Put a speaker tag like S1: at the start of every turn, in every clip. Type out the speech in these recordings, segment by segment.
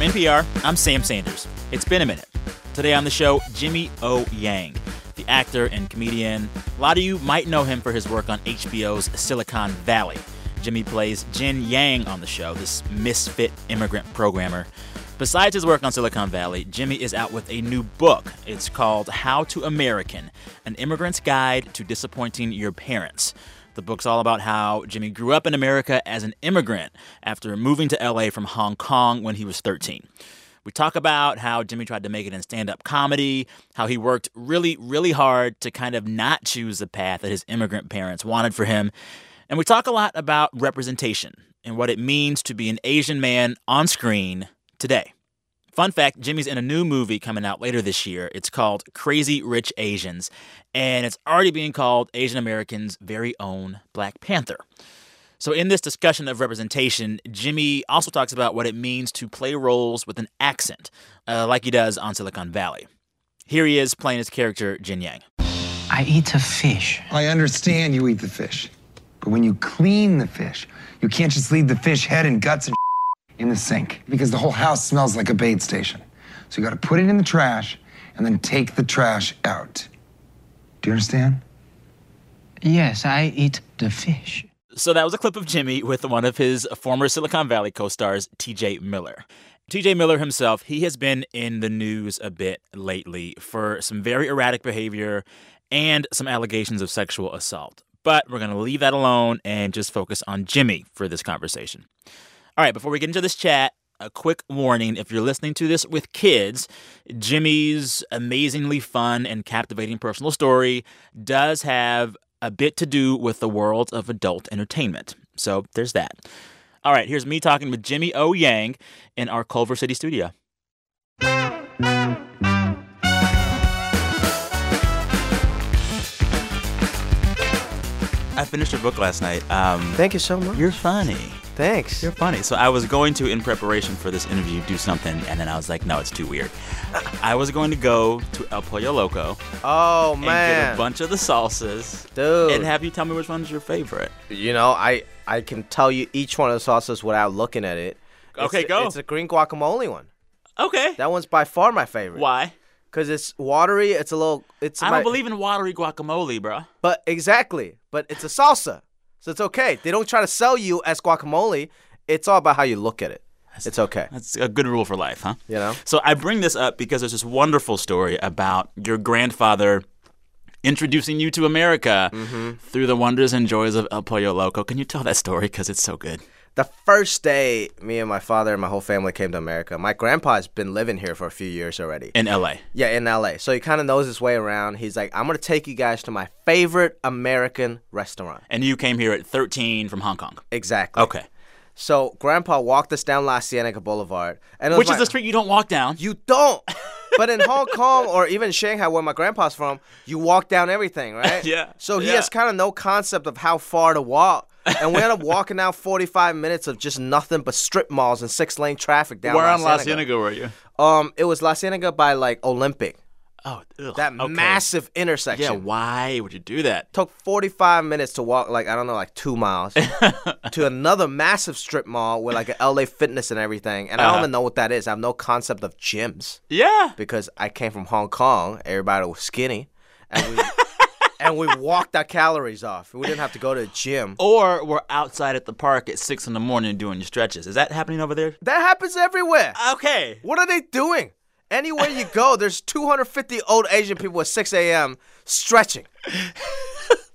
S1: NPR, I'm Sam Sanders. It's been a minute. Today on the show, Jimmy O. Yang, the actor and comedian. A lot of you might know him for his work on HBO's Silicon Valley. Jimmy plays Jin Yang on the show, this misfit immigrant programmer. Besides his work on Silicon Valley, Jimmy is out with a new book. It's called How to American An Immigrant's Guide to Disappointing Your Parents. The book's all about how Jimmy grew up in America as an immigrant after moving to LA from Hong Kong when he was 13. We talk about how Jimmy tried to make it in stand up comedy, how he worked really, really hard to kind of not choose the path that his immigrant parents wanted for him. And we talk a lot about representation and what it means to be an Asian man on screen today. Fun fact Jimmy's in a new movie coming out later this year. It's called Crazy Rich Asians, and it's already being called Asian Americans' very own Black Panther. So, in this discussion of representation, Jimmy also talks about what it means to play roles with an accent, uh, like he does on Silicon Valley. Here he is playing his character, Jin Yang.
S2: I eat a fish.
S3: I understand you eat the fish, but when you clean the fish, you can't just leave the fish head and guts and in the sink because the whole house smells like a bathe station. So you got to put it in the trash and then take the trash out. Do you understand?
S2: Yes, I eat the fish.
S1: So that was a clip of Jimmy with one of his former Silicon Valley co stars, TJ Miller. TJ Miller himself, he has been in the news a bit lately for some very erratic behavior and some allegations of sexual assault. But we're going to leave that alone and just focus on Jimmy for this conversation. All right, before we get into this chat, a quick warning if you're listening to this with kids, Jimmy's amazingly fun and captivating personal story does have a bit to do with the world of adult entertainment. So there's that. All right, here's me talking with Jimmy O. Yang in our Culver City studio. I finished your book last night. Um,
S4: Thank you so much.
S1: you're funny.
S4: Thanks.
S1: You're funny. So I was going to, in preparation for this interview, do something, and then I was like, no, it's too weird. I was going to go to El Pollo Loco
S4: oh
S1: and
S4: man,
S1: get a bunch of the salsas
S4: dude.
S1: and have you tell me which one's your favorite.
S4: you know, I I can tell you each one of the sauces without looking at it. It's
S1: Okay,
S4: the-
S1: go.
S4: It's the green guacamole one.
S1: Okay.
S4: That one's by far my favorite.
S1: Why?
S4: Cause it's watery. It's a little. It's
S1: I
S4: my-
S1: don't believe in watery guacamole, bro.
S4: But exactly. But it's a salsa, so it's okay. They don't try to sell you as guacamole. It's all about how you look at it. It's okay.
S1: That's a good rule for life, huh?
S4: You know.
S1: So I bring this up because there's this wonderful story about your grandfather introducing you to America
S4: Mm-hmm.
S1: through the wonders and joys of El Pollo Loco. Can you tell that story? Because it's so good.
S4: The first day, me and my father and my whole family came to America. My grandpa's been living here for a few years already.
S1: In LA.
S4: Yeah, in LA. So he kind of knows his way around. He's like, I'm going to take you guys to my favorite American restaurant.
S1: And you came here at 13 from Hong Kong.
S4: Exactly.
S1: Okay.
S4: So grandpa walked us down La Cienega Boulevard. And it was
S1: Which is
S4: my-
S1: the street you don't walk down.
S4: You don't. but in Hong Kong or even Shanghai, where my grandpa's from, you walk down everything, right?
S1: Yeah,
S4: So he
S1: yeah.
S4: has kind of no concept of how far to walk. And we end up walking out 45 minutes of just nothing but strip malls and six lane traffic down
S1: Where
S4: La
S1: on La
S4: Cienega.
S1: Cienega were you?
S4: Um, It was La Cienega by like Olympic,
S1: Oh, ugh,
S4: that
S1: okay.
S4: massive intersection.
S1: Yeah, why would you do that?
S4: took 45 minutes to walk like i don't know like two miles to another massive strip mall with like a la fitness and everything and i don't even know what that is i have no concept of gyms
S1: Yeah.
S4: because i came from hong kong everybody was skinny and we, and we walked our calories off we didn't have to go to a gym
S1: Or we're outside at the park at six in the morning doing your stretches. Is that happening over there?
S4: that happens everywhere
S1: Uh. Okay.
S4: what are they doing anywhere you go there's 250 old asian people at 6 a.m stretching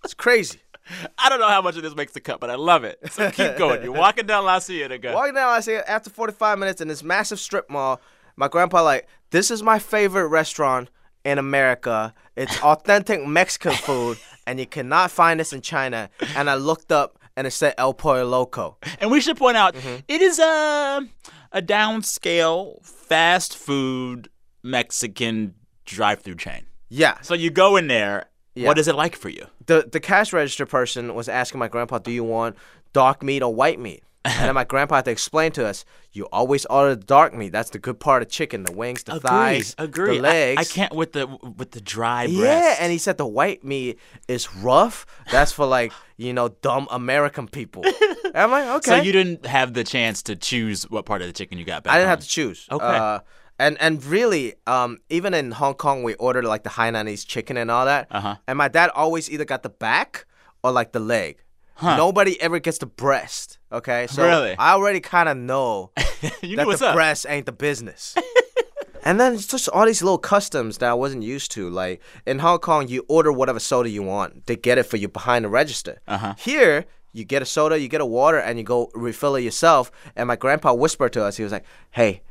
S4: it's crazy
S1: I don't know how much of this makes the cut, but I love it. So keep going. You're walking down La Cienega.
S4: Walking down, I say after 45 minutes in this massive strip mall, my grandpa like, this is my favorite restaurant in America. It's authentic Mexican food, and you cannot find this in China. And I looked up, and it said El Pollo Loco.
S1: And we should point out it is a a downscale fast food Mexican drive-through chain.
S4: Yeah.
S1: So you go in there. What is it like for you?
S4: The the cash register person was asking my grandpa, "Do you want dark meat or white meat?" and then my grandpa had to explain to us, you always order the dark meat. That's the good part of chicken, the wings, the thighs,
S1: agree.
S4: the
S1: I-
S4: legs.
S1: I, can't with the with the dry breast.
S4: Yeah, and he said the white meat is rough. That's for like you know dumb American people. And I'm like, okay.
S1: so you didn't have the chance to choose what part of the chicken you got back.
S4: I didn't
S1: home.
S4: have to choose.
S1: Okay.
S4: Uh, and and really, um, even in Hong Kong, we ordered like the Hainanese chicken and all that.
S1: Uh-huh.
S4: And my dad always either got the back or like the leg. Nobody ever gets the breast. Okay, so
S1: Really?
S4: I already kind of know
S1: you
S4: that
S1: knew what's
S4: the
S1: up.
S4: breast ain't the business. and then it's just all these little customs that I wasn't used to. Like in Hong Kong, you order whatever soda you want. They get it for you behind the register. Uh-huh. Here, you get a soda, you get a water, and you go refill it yourself. And my grandpa whispered to us, he was like, "Hey,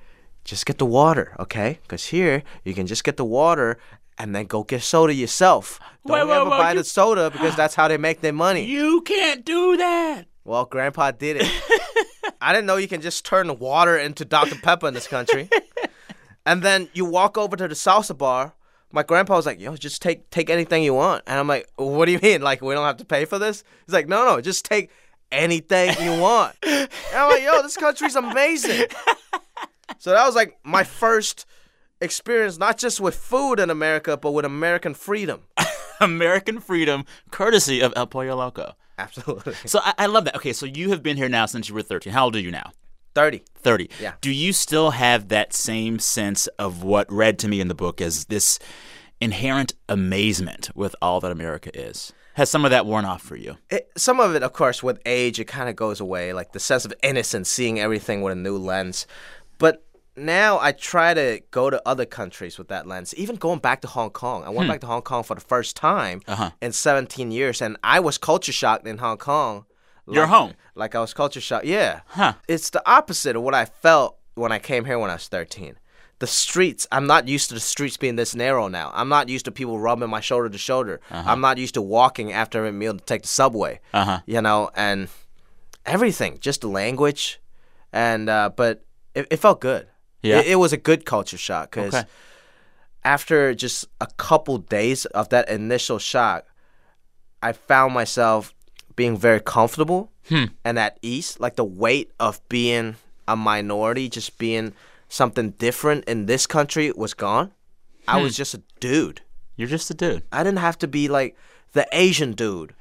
S4: just get the water, okay? Because here you can just get the water." And then go get soda yourself. Don't
S1: Wait, wait,
S4: ever
S1: wait,
S4: buy
S1: you-
S4: the soda because that's how they make their money.
S1: You can't do that.
S4: Well, Grandpa did it. I didn't know you can just turn water into Dr. Pepper in this country. and then you walk over to the salsa bar. My grandpa was like, "Yo, just take take anything you want," and I'm like, "What do you mean? Like we don't have to pay for this?" He's like, "No, no, just take anything you want." and I'm like, "Yo, this country's amazing." so that was like my first experience, not just with food in America, but with American freedom.
S1: American freedom, courtesy of El Pollo Loco.
S4: Absolutely.
S1: So I, I love that. Okay, so you have been here now since you were 13. How old are you now?
S4: Thirty.
S1: 30.
S4: Yeah.
S1: Do you still have that same sense of what read to me in the book as this inherent amazement with all that America is? Has some of that worn off for you?
S4: it, some of it, of course, with age, it kind of goes away, like the sense of innocence, seeing everything with a new lens. But now I try to go to other countries with that lens. Even going back to Hong Kong, I went back to Hong Kong for the first time in 17 years, and I was culture shocked in Hong Kong.
S1: You're
S4: like-
S1: home.
S4: Like I was culture shocked. Yeah.
S1: Huh.
S4: It's the opposite of what I felt when I came here when I was 13. The streets, I'm not used to the streets being this narrow now. I'm not used to people rubbing my shoulder to shoulder. I'm not used to walking after a meal to take the subway.
S1: Uh-huh.
S4: You know, and everything, just the language. And, uh, but it, it felt good.
S1: Yeah.
S4: It, it was a good culture shock because
S1: Okay.
S4: after just a couple days of that initial shock, I found myself being very comfortable
S1: Hmm.
S4: and at ease. Like the weight of being a minority, just being something different in this country was gone.
S1: Hmm.
S4: I was just a dude.
S1: You're just a dude.
S4: I didn't have to be like the Asian dude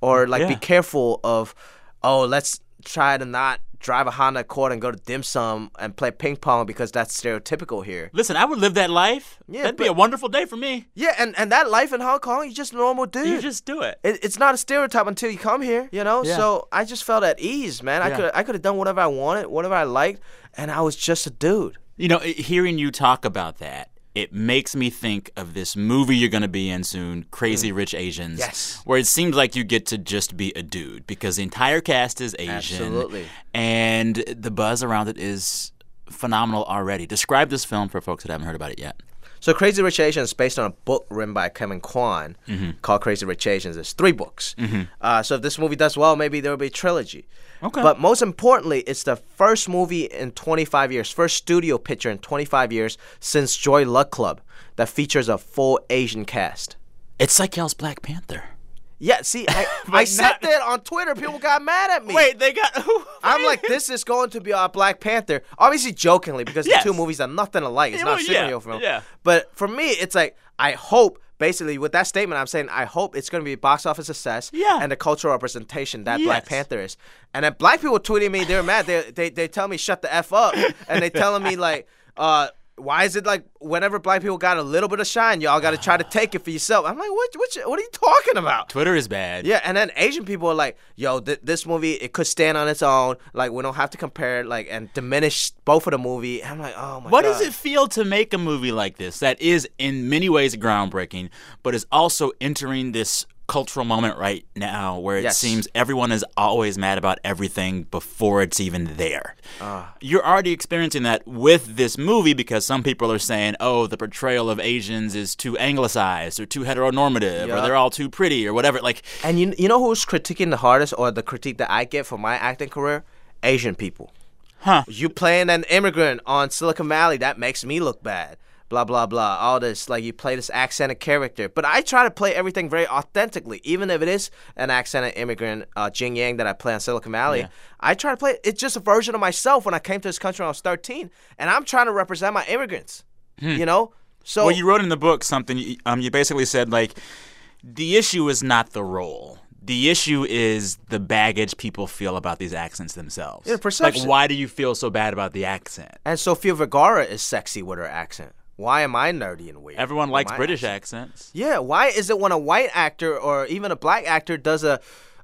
S4: or like be
S1: Yeah.
S4: careful of, oh, let's try to not drive a Honda Accord and go to dim sum and play ping pong because that's stereotypical here.
S1: Listen, I would live that life.
S4: Yeah,
S1: That'd be a
S4: but-
S1: wonderful day for me.
S4: Yeah, and, and that life in Hong Kong, you just normal dude.
S1: You just do it.
S4: it, it's not a stereotype until you come here, you know.
S1: Yeah.
S4: So I just felt at ease, man. I
S1: Yeah.
S4: could I could have done whatever I wanted, whatever I liked, and I was just a dude.
S1: You know, it- hearing you talk about that, it makes me think of this movie you're going to be in soon, Crazy Rich Asians.
S4: Mm. Yes.
S1: Where it seems like you get to just be a dude because the entire cast is Asian.
S4: Absolutely.
S1: And the buzz around it is phenomenal already. Describe this film for folks that haven't heard about it yet.
S4: So Crazy Rich Asians is based on a book written by Kevin Kwan
S1: Mm-hmm.
S4: called Crazy Rich Asians. There's three books. Uh, so if this movie does well, maybe there will be a trilogy.
S1: Okay.
S4: But most importantly, it's the first movie in 25 years, first studio picture in 25 years since Joy Luck Club that features a full Asian cast.
S1: It's Psychel's Black Panther.
S4: Yeah, see, I, I said
S1: not-
S4: that on Twitter. People got mad at me.
S1: they got.
S4: I'm like, this is going to be our Black Panther. Obviously, jokingly, because
S1: Yes.
S4: the two movies are nothing alike. It's
S1: Yeah,
S4: not
S1: well,
S4: a
S1: yeah,
S4: superhero film.
S1: yeah.
S4: But for me, it's like, I hope, basically, with that statement, I'm saying, I hope it's going to be box office success
S1: Yeah.
S4: and the cultural representation that Black
S1: Yes.
S4: Panther is. And then black people tweeting me, they're mad. They, they, they tell me, shut the F up. And they telling me, like, uh, why is it like whenever black people got a little bit of shine, y'all got to try to take it for yourself? I'm like, what, what, you- what are you talking about?
S1: Twitter is bad.
S4: Yeah, and then Asian people are like, "Yo, th- this movie it could stand on its own. Like, we don't have to compare it, like and diminish both of the movie." And I'm like, "Oh my
S1: What
S4: god."
S1: does it feel to make a movie like this that is in many ways groundbreaking, but is also entering this cultural moment right now where it
S4: Yes.
S1: seems everyone is always mad about everything before it's even there?
S4: Ah.
S1: You're already experiencing that with this movie because some people are saying, oh, the portrayal of Asians is too anglicized or too heteronormative or
S4: Yeah.
S1: they're all too pretty or whatever. Like,
S4: And you you know who's critiquing the hardest, or the critique that I get for my acting career? Asian people.
S1: Huh.
S4: You playing an immigrant on Silicon Valley that makes me look bad. blah blah blah, all this. Like you play this accented character, but I try to play everything very authentically, even if it is an accented immigrant uh, Jing Yang that I play on Silicon Valley. I try to play. It's just a version of myself when I came to this country when I was 13, and I'm trying to represent my immigrants. You know, so
S1: Hmm. Well, you wrote in the book something. you- Um, you basically said like, the issue is not the role. The issue is the baggage people feel about these accents themselves.
S4: Yeah, perception.
S1: Like, why do you feel so bad about the accent?
S4: and Sofia Vergara is sexy with her accent. Why am I nerdy and weird?
S1: Everyone likes
S4: My
S1: British accents.
S4: Yeah, why is it when a white actor or even a black actor does a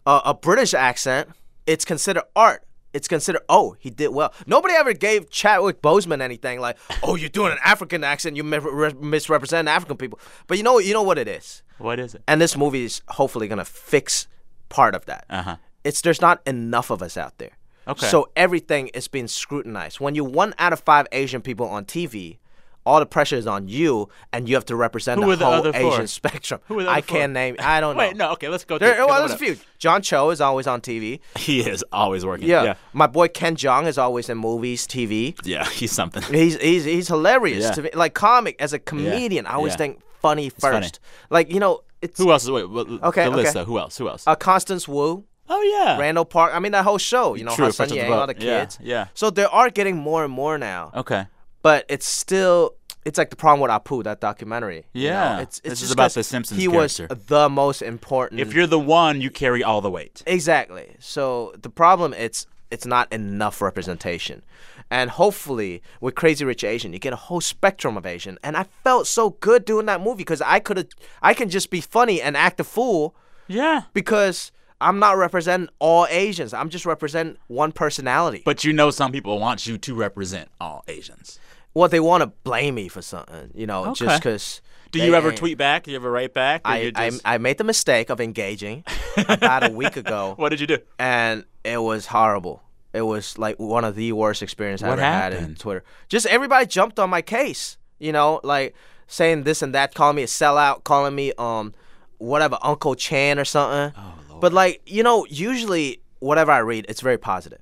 S4: a, a British accent, it's considered art. It's considered oh he did well. Nobody ever gave Chadwick Boseman anything like oh you're doing an African accent you mis- re- misrepresenting African people. But you know you know what it is,
S1: What is it?
S4: and this movie is hopefully gonna fix part of that. Uh-huh. It's there's not enough of us out there.
S1: Okay.
S4: So everything is being scrutinized. When you're one out of five Asian people on TV, all the pressure is on you, and you have to represent
S1: Who
S4: the
S1: are the
S4: whole
S1: other four?
S4: Asian spectrum.
S1: Who are the
S4: I
S1: other four?
S4: can't name. I don't
S1: Wait,
S4: know.
S1: no. Okay, let's go.
S4: There,
S1: through-
S4: well,
S1: come on
S4: there's a
S1: up.
S4: few. John Cho is always on TV.
S1: He is always working.
S4: Yeah.
S1: yeah,
S4: My boy Ken Jeong is always in movies, TV.
S1: Yeah, he's something.
S4: He's he's he's hilarious
S1: Yeah.
S4: to me. Like comic as a comedian, I always
S1: Yeah.
S4: think funny first.
S1: funny.
S4: Like you know, it's
S1: Who else? Is, wait, what,
S4: Okay,
S1: the list
S4: okay.
S1: though. Who else? Who else?
S4: uh, Constance Wu.
S1: oh yeah,
S4: Randall Park. I mean, that whole show, you know,
S1: True,
S4: Hudson
S1: Fresh Off the
S4: Yang,
S1: Boat.
S4: all the
S1: Yeah,
S4: kids.
S1: yeah. Oh.
S4: So they are getting more and more now,
S1: Okay.
S4: but it's still, it's like the problem with Apu, that documentary. you know?
S1: Yeah.
S4: It's,
S1: This
S4: it's
S1: is
S4: just
S1: about
S4: 'cause
S1: the Simpsons
S4: He was
S1: character.
S4: the most important.
S1: If you're the one, you carry all the weight.
S4: Exactly. So the problem it's it's not enough representation. And hopefully with Crazy Rich Asian, you get a whole spectrum of Asian. And I felt so good doing that movie because I could have I can just be funny and act a fool
S1: Yeah.
S4: because I'm not representing all Asians. I'm just representing one personality.
S1: But you know, some people want you to represent all Asians.
S4: well, they want to blame me for something, you know, just
S1: Okay.
S4: because.
S1: Do you ever tweet back? Do you ever write back? Or
S4: I,
S1: you
S4: I
S1: just-
S4: I made the mistake of engaging about a week ago.
S1: what did you do?
S4: and it was horrible. It was like one of the worst experiences I
S1: What
S4: ever had in
S1: happened?
S4: Twitter. Just everybody jumped on my case, you know, like saying this and that, calling me a sellout, calling me um whatever Uncle Chan or something. Oh, Lord. But like you know, usually whatever I read, it's very positive.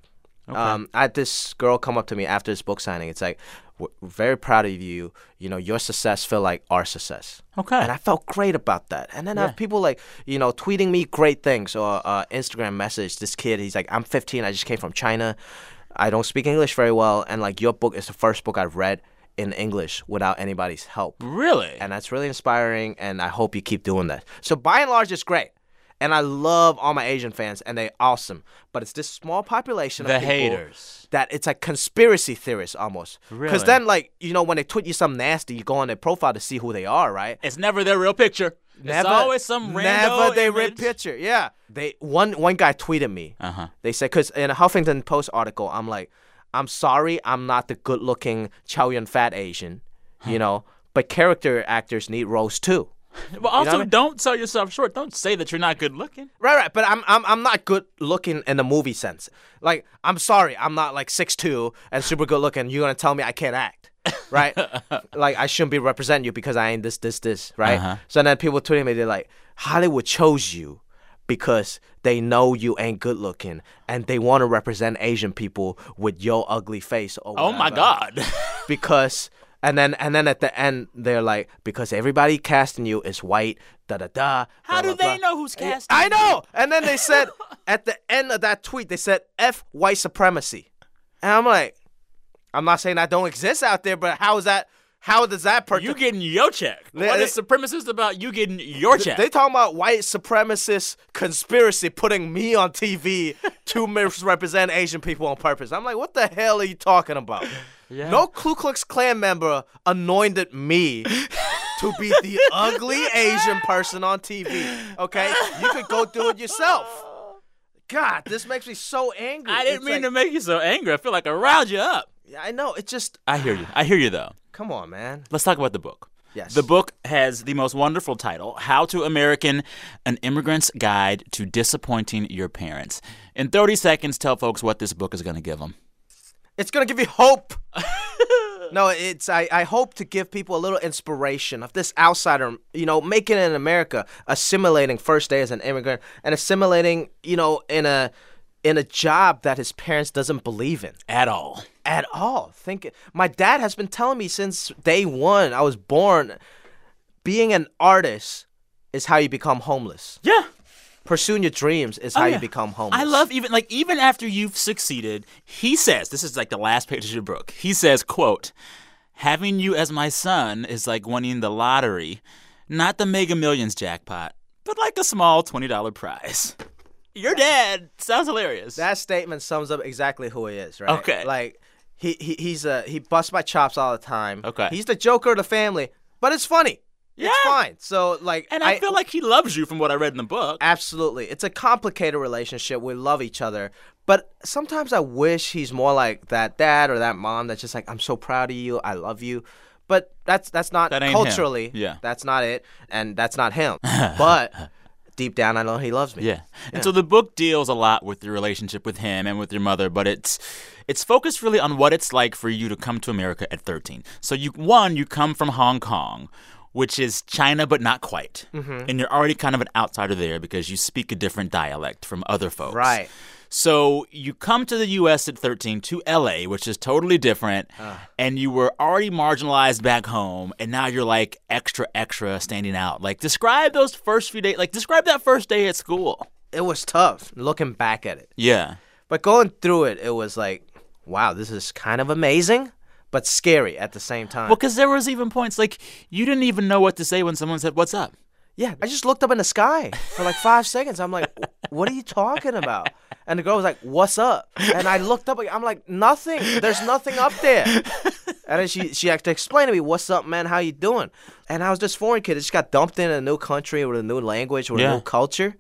S4: Um, I had this girl come up to me after this book signing. It's like, we're we're very proud of you. You know, your success feel like our success.
S1: Okay.
S4: And I felt great about that. And then I have people like, you know, tweeting me great things or uh, Instagram message. This kid, he's like, I'm 15. I just came from China. I don't speak English very well. And like, your book is the first book I've read in English without anybody's help.
S1: Really?
S4: And that's really inspiring. And I hope you keep doing that. So by and large, it's great. And I love all my Asian fans, and they're awesome. But it's this small population of
S1: The
S4: people
S1: haters.
S4: that it's like conspiracy theorists almost.
S1: Really?
S4: Because then, like you know, when they tweet you something nasty, you go on their profile to see who they are, right?
S1: it's never their real picture. it's always some random.
S4: Never they rip picture. Yeah. They one one guy tweeted me. Uh-huh. They said because in a Huffington Post article, I'm like, I'm sorry, I'm not the good looking Chow Yun Fat Asian, you know. But character actors need roles too.
S1: But also,
S4: I mean?
S1: don't sell yourself short. Don't say that you're not good looking.
S4: Right, right. But I'm I'm I'm not good looking in the movie sense. Like I'm sorry, I'm not like six two and super good looking. You're gonna tell me I can't act. right, like I shouldn't be representing you because I ain't this, this, this, right?
S1: Uh-huh.
S4: So then people tweeting me, they're like, Hollywood chose you because they know you ain't good looking and they want to represent Asian people with your ugly face. Or
S1: Oh my
S4: whatever."
S1: God.
S4: because and then and then at the end they're like because everybody casting you is white da da da
S1: How
S4: blah,
S1: do
S4: blah,
S1: they
S4: blah."
S1: know who's casting?
S4: I know. And then they said at the end of that tweet, they said F white supremacy. And I'm like, I'm not saying that don't exist out there, but how is that how does that pertain?
S1: You getting your check.
S4: They-
S1: what
S4: they-
S1: is supremacist about you getting your check?
S4: they talking about white supremacist conspiracy putting me on TV to misrepresent Asian people on purpose. I'm like, what the hell are you talking about? No Ku Klux Klan member anointed me to be the ugly Asian person on TV. Okay, you could go do it yourself. God, this makes me so angry.
S1: I didn't
S4: It's
S1: mean
S4: like-
S1: to make you so angry. I feel like I riled you up.
S4: I know. It just.
S1: I hear you. I hear you though.
S4: Come on, man.
S1: Let's talk about the book.
S4: Yes.
S1: The book has the most wonderful title How to American An Immigrant's Guide to Disappointing Your Parents. In 30 seconds, tell folks what this book is going to give them.
S4: It's gonna give you hope. no, it's I, I hope to give people a little inspiration of this outsider, you know, making it in America, assimilating first day as an immigrant, and assimilating, you know, in a in a job that his parents doesn't believe in
S1: At all.
S4: at all. Think my dad has been telling me since day one. I was born. Being an artist is how you become homeless.
S1: Yeah.
S4: Pursuing your dreams is
S1: Oh,
S4: how
S1: yeah.
S4: you become homeless.
S1: I love even like even after you've succeeded, he says this is like the last page of your book. He says, "quote Having you as my son is like winning the lottery, not the Mega Millions jackpot, but like a small twenty dollar prize." Your dad sounds hilarious.
S4: That statement sums up exactly who he is, right?
S1: Okay.
S4: Like he, he he's a he busts my chops all the time.
S1: Okay.
S4: He's the joker of the family, but it's funny.
S1: yeah,
S4: It's fine. So like
S1: and I, feel like he loves you from what I read in the book.
S4: absolutely it's a complicated relationship. We love each other. But sometimes I wish he's more like that dad or that mom that's just like, I'm so proud of you, I love you. But that's that's not
S1: That ain't him.
S4: culturally.
S1: Yeah.
S4: That's not it. And that's not him. but deep down I know he loves me.
S1: Yeah. And so the book deals a lot with your relationship with him and with your mother, but it's it's focused really on what it's like for you to come to America at 13. So you one, you come from Hong Kong, which is China but not quite. And you're already kind of an outsider there because you speak a different dialect from other folks.
S4: Right.
S1: So you come to the U.S. at 13 to L.A., which is totally different, and you were already marginalized back home, and now you're like extra, extra standing out. Like describe those first few days. Like describe that first day at school.
S4: It was tough looking back at it.
S1: Yeah.
S4: But going through it, it was like, wow, this is kind of amazing, but scary at the same time.
S1: Well, because there was even points like you didn't even know what to say when someone said, "What's up?"
S4: yeah, I just looked up in the sky for like five seconds. I'm like, "Wh- what are you talking about? And the girl was like, what's up? And I looked up. I'm like, nothing. There's nothing up there. And then she she had to explain to me, what's up, man? How you doing? And I was this foreign kid. that just got dumped in a new country with a new language with
S1: Yeah.
S4: a new culture.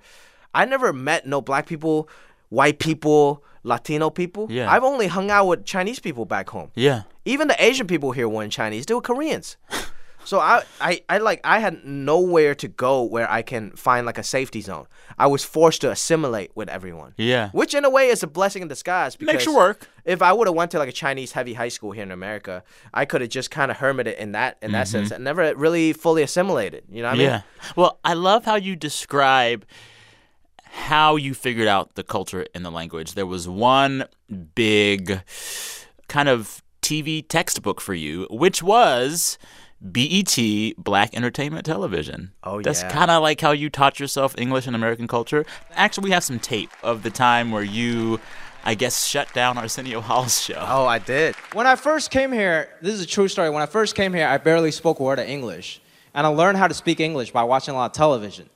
S4: I never met no black people, white people, Latino people.
S1: Yeah.
S4: I've only hung out with Chinese people back home.
S1: Yeah.
S4: Even the Asian people here weren't Chinese; they were Koreans. So I, I, I like I had nowhere to go where I can find like a safety zone. I was forced to assimilate with everyone.
S1: Yeah.
S4: which in a way is a blessing in disguise. Because
S1: Makes you work.
S4: If I would have went to like a Chinese heavy high school here in America, I could have just kind of hermited in that in that sense and never really fully assimilated. You know what I mean?
S1: Mm-hmm. yeah. Well, I love how you describe how you figured out the culture and the language. There was one big kind of TV textbook for you, which was BET Black Entertainment Television.
S4: Oh,
S1: That's
S4: yeah.
S1: kind of like how you taught yourself English and American culture. Actually, we have some tape of the time where you, I guess, shut down Arsenio Hall's show.
S4: Oh, I did.
S5: When I first came here, this is a true story. When I first came here, I barely spoke a word of English. And I learned how to speak English by watching a lot of television.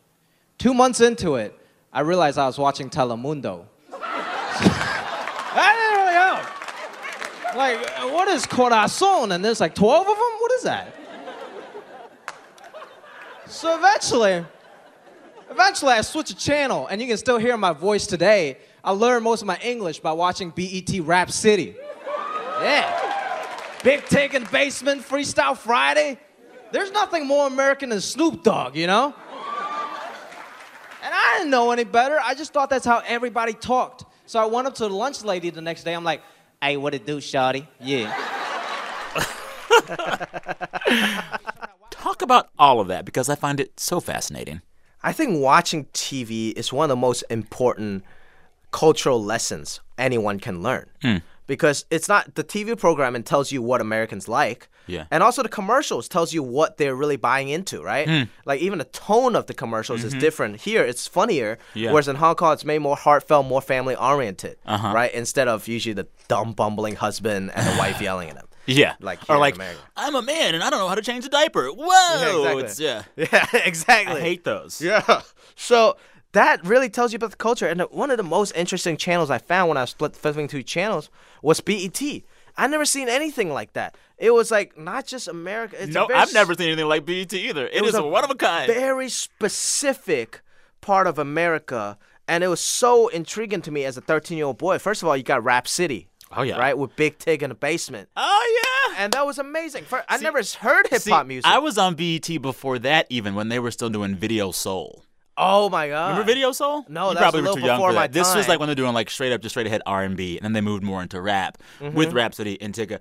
S5: Two months into it, I realized I was watching Telemundo. I didn't really know. Like, what is corazon? And there's like 12 of them? What is that? So eventually, eventually I switched a channel, and you can still hear my voice today. I learned most of my English by watching BET Rap City. Yeah. Big Tank in the basement, Freestyle Friday. There's nothing more American than Snoop Dogg, you know? And I didn't know any better. I just thought that's how everybody talked. So I went up to the lunch lady the next day. I'm like, hey, what it do, shawty? Yeah.
S1: Talk about all of that because I find it so fascinating.
S4: I think watching TV is one of the most important cultural lessons anyone can learn.
S1: Hmm.
S4: Because it's not the TV programming tells you what Americans like.
S1: Yeah.
S4: And also the commercials tells you what they're really buying into, right?
S1: Hmm.
S4: Like even the tone of the commercials is different. Here it's funnier.
S1: Mm-hmm. Yeah. Uh-huh.
S4: Whereas in Hong Kong it's made more heartfelt, more family oriented. Right? Instead of usually the dumb bumbling husband and the wife yelling at him.
S1: Yeah.
S4: Like here
S1: or
S4: in
S1: like,
S4: America.
S1: I'm a man and I don't know how to change a diaper. Whoa.
S4: exactly.
S1: It's, yeah.
S4: Yeah, exactly.
S1: I hate those.
S4: Yeah. So that really tells you about the culture. And the- one of the most interesting channels I found when I was split flipping through channels was BET. I never seen anything like that. It was like not just America. It's a
S1: No,
S4: very
S1: I've never seen anything like BET either. It is
S4: was
S1: a
S4: a
S1: one of a kind.
S4: very specific part of America, and it was so intriguing to me as a 13 year old boy. First of all, you got Rap City.
S1: Oh, yeah.
S4: right with Big Tig in the basement,
S1: oh yeah.
S4: and that was amazing. First, I never s- heard hip
S1: See,
S4: hop music.
S1: I was on BET before that, even when they were still doing Video Soul.
S4: oh my god!
S1: Remember Video Soul?
S4: No,
S1: you
S4: that's
S1: probably
S4: a
S1: were
S4: little
S1: too young
S4: before
S1: for that.
S4: my
S1: This was
S4: time.
S1: like when they're doing like straight up, just straight ahead R and B, and then they moved more into rap
S4: Mm-hmm.
S1: with Rhapsody and Tigger.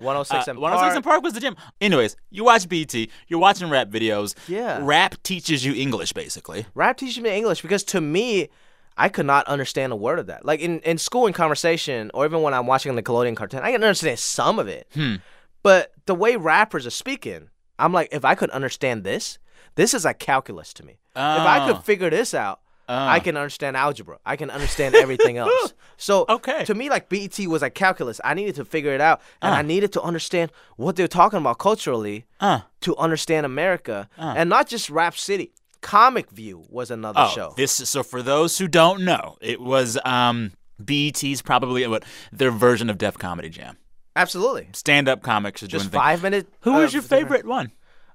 S1: uh,
S4: 106 and
S1: 106
S4: Park.
S1: and Park was the gym. Anyways, you watch BET, you're watching rap videos.
S4: Yeah.
S1: Rap teaches you English, basically.
S4: Rap teaches me English because to me, I could not understand a word of that. Like in, in school in conversation, or even when I'm watching the Nickelodeon cartoon, I can understand some of it.
S1: Hmm.
S4: But the way rappers are speaking, I'm like, if I could understand this, this is like calculus to me. If I
S1: Ah.
S4: could figure this out, I can understand algebra. I can understand everything else. So
S1: Okay. Ah.
S4: to me, like BET was like calculus. I needed to figure it out, and I needed to understand what they're talking about culturally
S1: Uh.
S4: to understand America, and not just Rap City. Comic View was another
S1: Ah. Oh,
S4: show.
S1: this so for those who don't know, it was um, BET's probably what their version of Def Comedy Jam.
S4: Absolutely,
S1: Stand-up comics are doing
S4: just
S1: things.
S4: five minutes.
S1: Who was
S4: of
S1: your
S4: different-
S1: favorite one?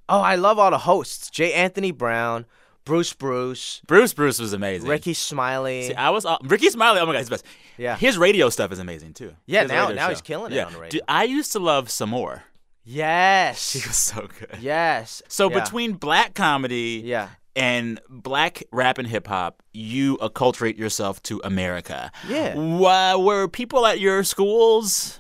S4: Oh, I love all the hosts: J. Anthony Brown, Bruce Bruce,
S1: Bruce Bruce was amazing.
S4: Ricky Smiley.
S1: See, I was all, Ricky Smiley. Oh my God, he's the best.
S4: Yeah.
S1: his radio stuff is amazing too.
S4: Yeah,
S1: His
S4: now-
S1: radio
S4: now he's killing it on the radio.
S1: Dude, I used to love some more. He was
S4: yes,
S1: so good.
S4: yes.
S1: So
S4: Yeah.
S1: between black comedy,
S4: Yeah.
S1: and black rap and hip hop, you acculturate yourself to America.
S4: Yeah.
S1: Wha- were people at your schools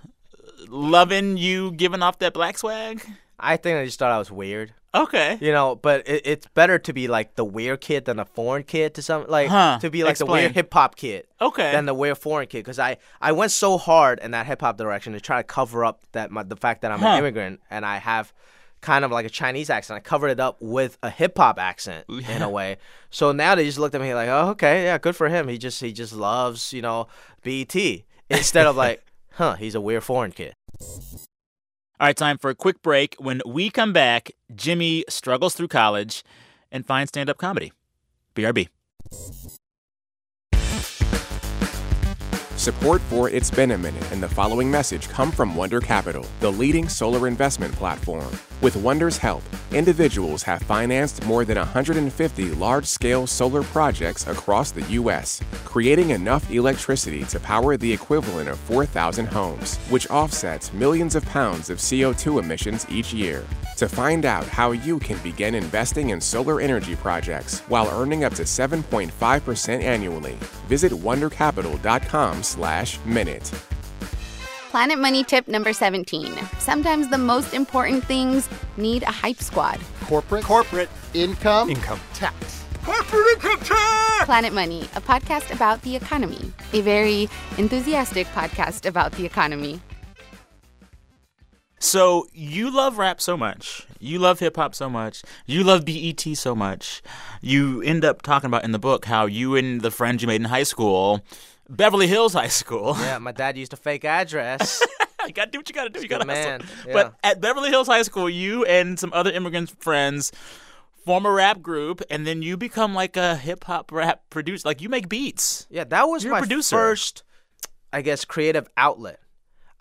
S1: loving you giving off that black swag?
S4: I think I just thought I was weird.
S1: Okay.
S4: You know, but it, it's better to be like the weird kid than a foreign kid to some like
S1: Huh,
S4: to be like the
S1: explain.
S4: weird hip hop kid.
S1: Okay.
S4: Than the weird foreign kid because I I went so hard in that hip hop direction to try to cover up that my, the fact that I'm
S1: Huh.
S4: an immigrant and I have kind of like a Chinese accent. I covered it up with a hip hop accent in a way. So now they just looked at me like, oh okay, yeah, good for him. He just he just loves you know BT instead of like, huh, he's a weird foreign kid.
S1: All right, time for a quick break. When we come back, Jimmy struggles through college and finds stand up comedy. BRB.
S6: Support for It's Been a Minute and the following message come from Wonder Capital, the leading solar investment platform. With Wonder's help, individuals have financed more than 150 large scale solar projects across the U.S., creating enough electricity to power the equivalent of 4,000 homes, which offsets millions of pounds of CO2 emissions each year. To find out how you can begin investing in solar energy projects while earning up to 7.5% annually, visit wondercapital.com slash minute.
S7: Planet Money tip number 17. Sometimes the most important things need a hype squad.
S8: Corporate. Corporate. Income. Income. Tax.
S7: Planet Money, a podcast about the economy. A very enthusiastic podcast about the economy.
S1: So you love rap so much, you love hip hop so much, you love BET so much. You end up talking about in the book how you and the friends you made in high school, Beverly Hills High School.
S4: Yeah, my dad used a fake address.
S1: you gotta do what you gotta do. You gotta
S4: good
S1: hustle.
S4: man.
S1: But at Beverly Hills High School, you and some other immigrant friends form a rap group, and then you become like a hip hop rap producer. Like you make beats.
S4: Yeah, that was
S1: You're a
S4: my
S1: producer.
S4: first, I guess, creative outlet.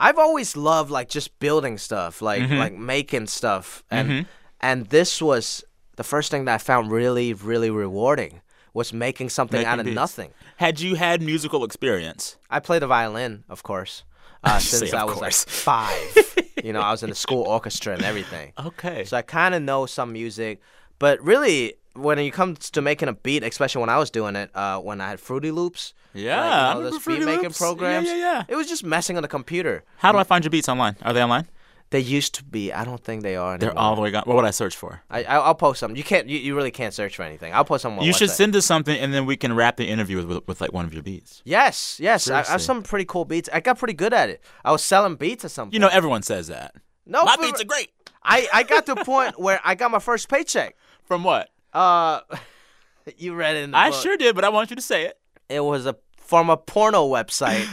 S4: I've always loved like just building stuff, like
S1: Mm-hmm.
S4: like making stuff, and and this was the first thing that I found really really rewarding was making something
S1: Making
S4: out of
S1: beats.
S4: nothing.
S1: Had you had musical experience?
S4: I played the violin, of course, uh, since
S1: say,
S4: I
S1: "Of
S4: was
S1: course."
S4: like five. you know, I was in the school orchestra and everything.
S1: Oh, Okay.
S4: So I kind of know some music, but really, when it comes to making a beat, especially when I was doing it, uh, when I had Fruity Loops,
S1: Yeah,
S4: like, you
S1: I
S4: know,
S1: remember
S4: those
S1: Fruity
S4: beat making
S1: Loops. Yeah,
S4: programs,
S1: yeah, yeah.
S4: it was just messing on the computer.
S1: How do I find your beats online? Are they online?
S4: They used to be. I don't think they are.
S1: They're
S4: anymore.
S1: all the way gone. What would I search for?
S4: I, I- I'll post some. You can't. You, you really can't search for anything. I'll post some. On
S1: you should
S4: website.
S1: send us something, and then we can wrap the interview with, with, with like one of your beats.
S4: Yes, yes. I, I have
S1: Seriously.
S4: some pretty cool beats. I got pretty good at it. I was selling beats or something.
S1: You know, everyone says that.
S4: no,
S1: My
S4: Oh, for-
S1: beats are great.
S4: I, I got to a point where I got my first paycheck.
S1: From what?
S4: Uh, you read it in the
S1: I
S4: book.
S1: sure did, but I want you to say it.
S4: It was a from a porno website.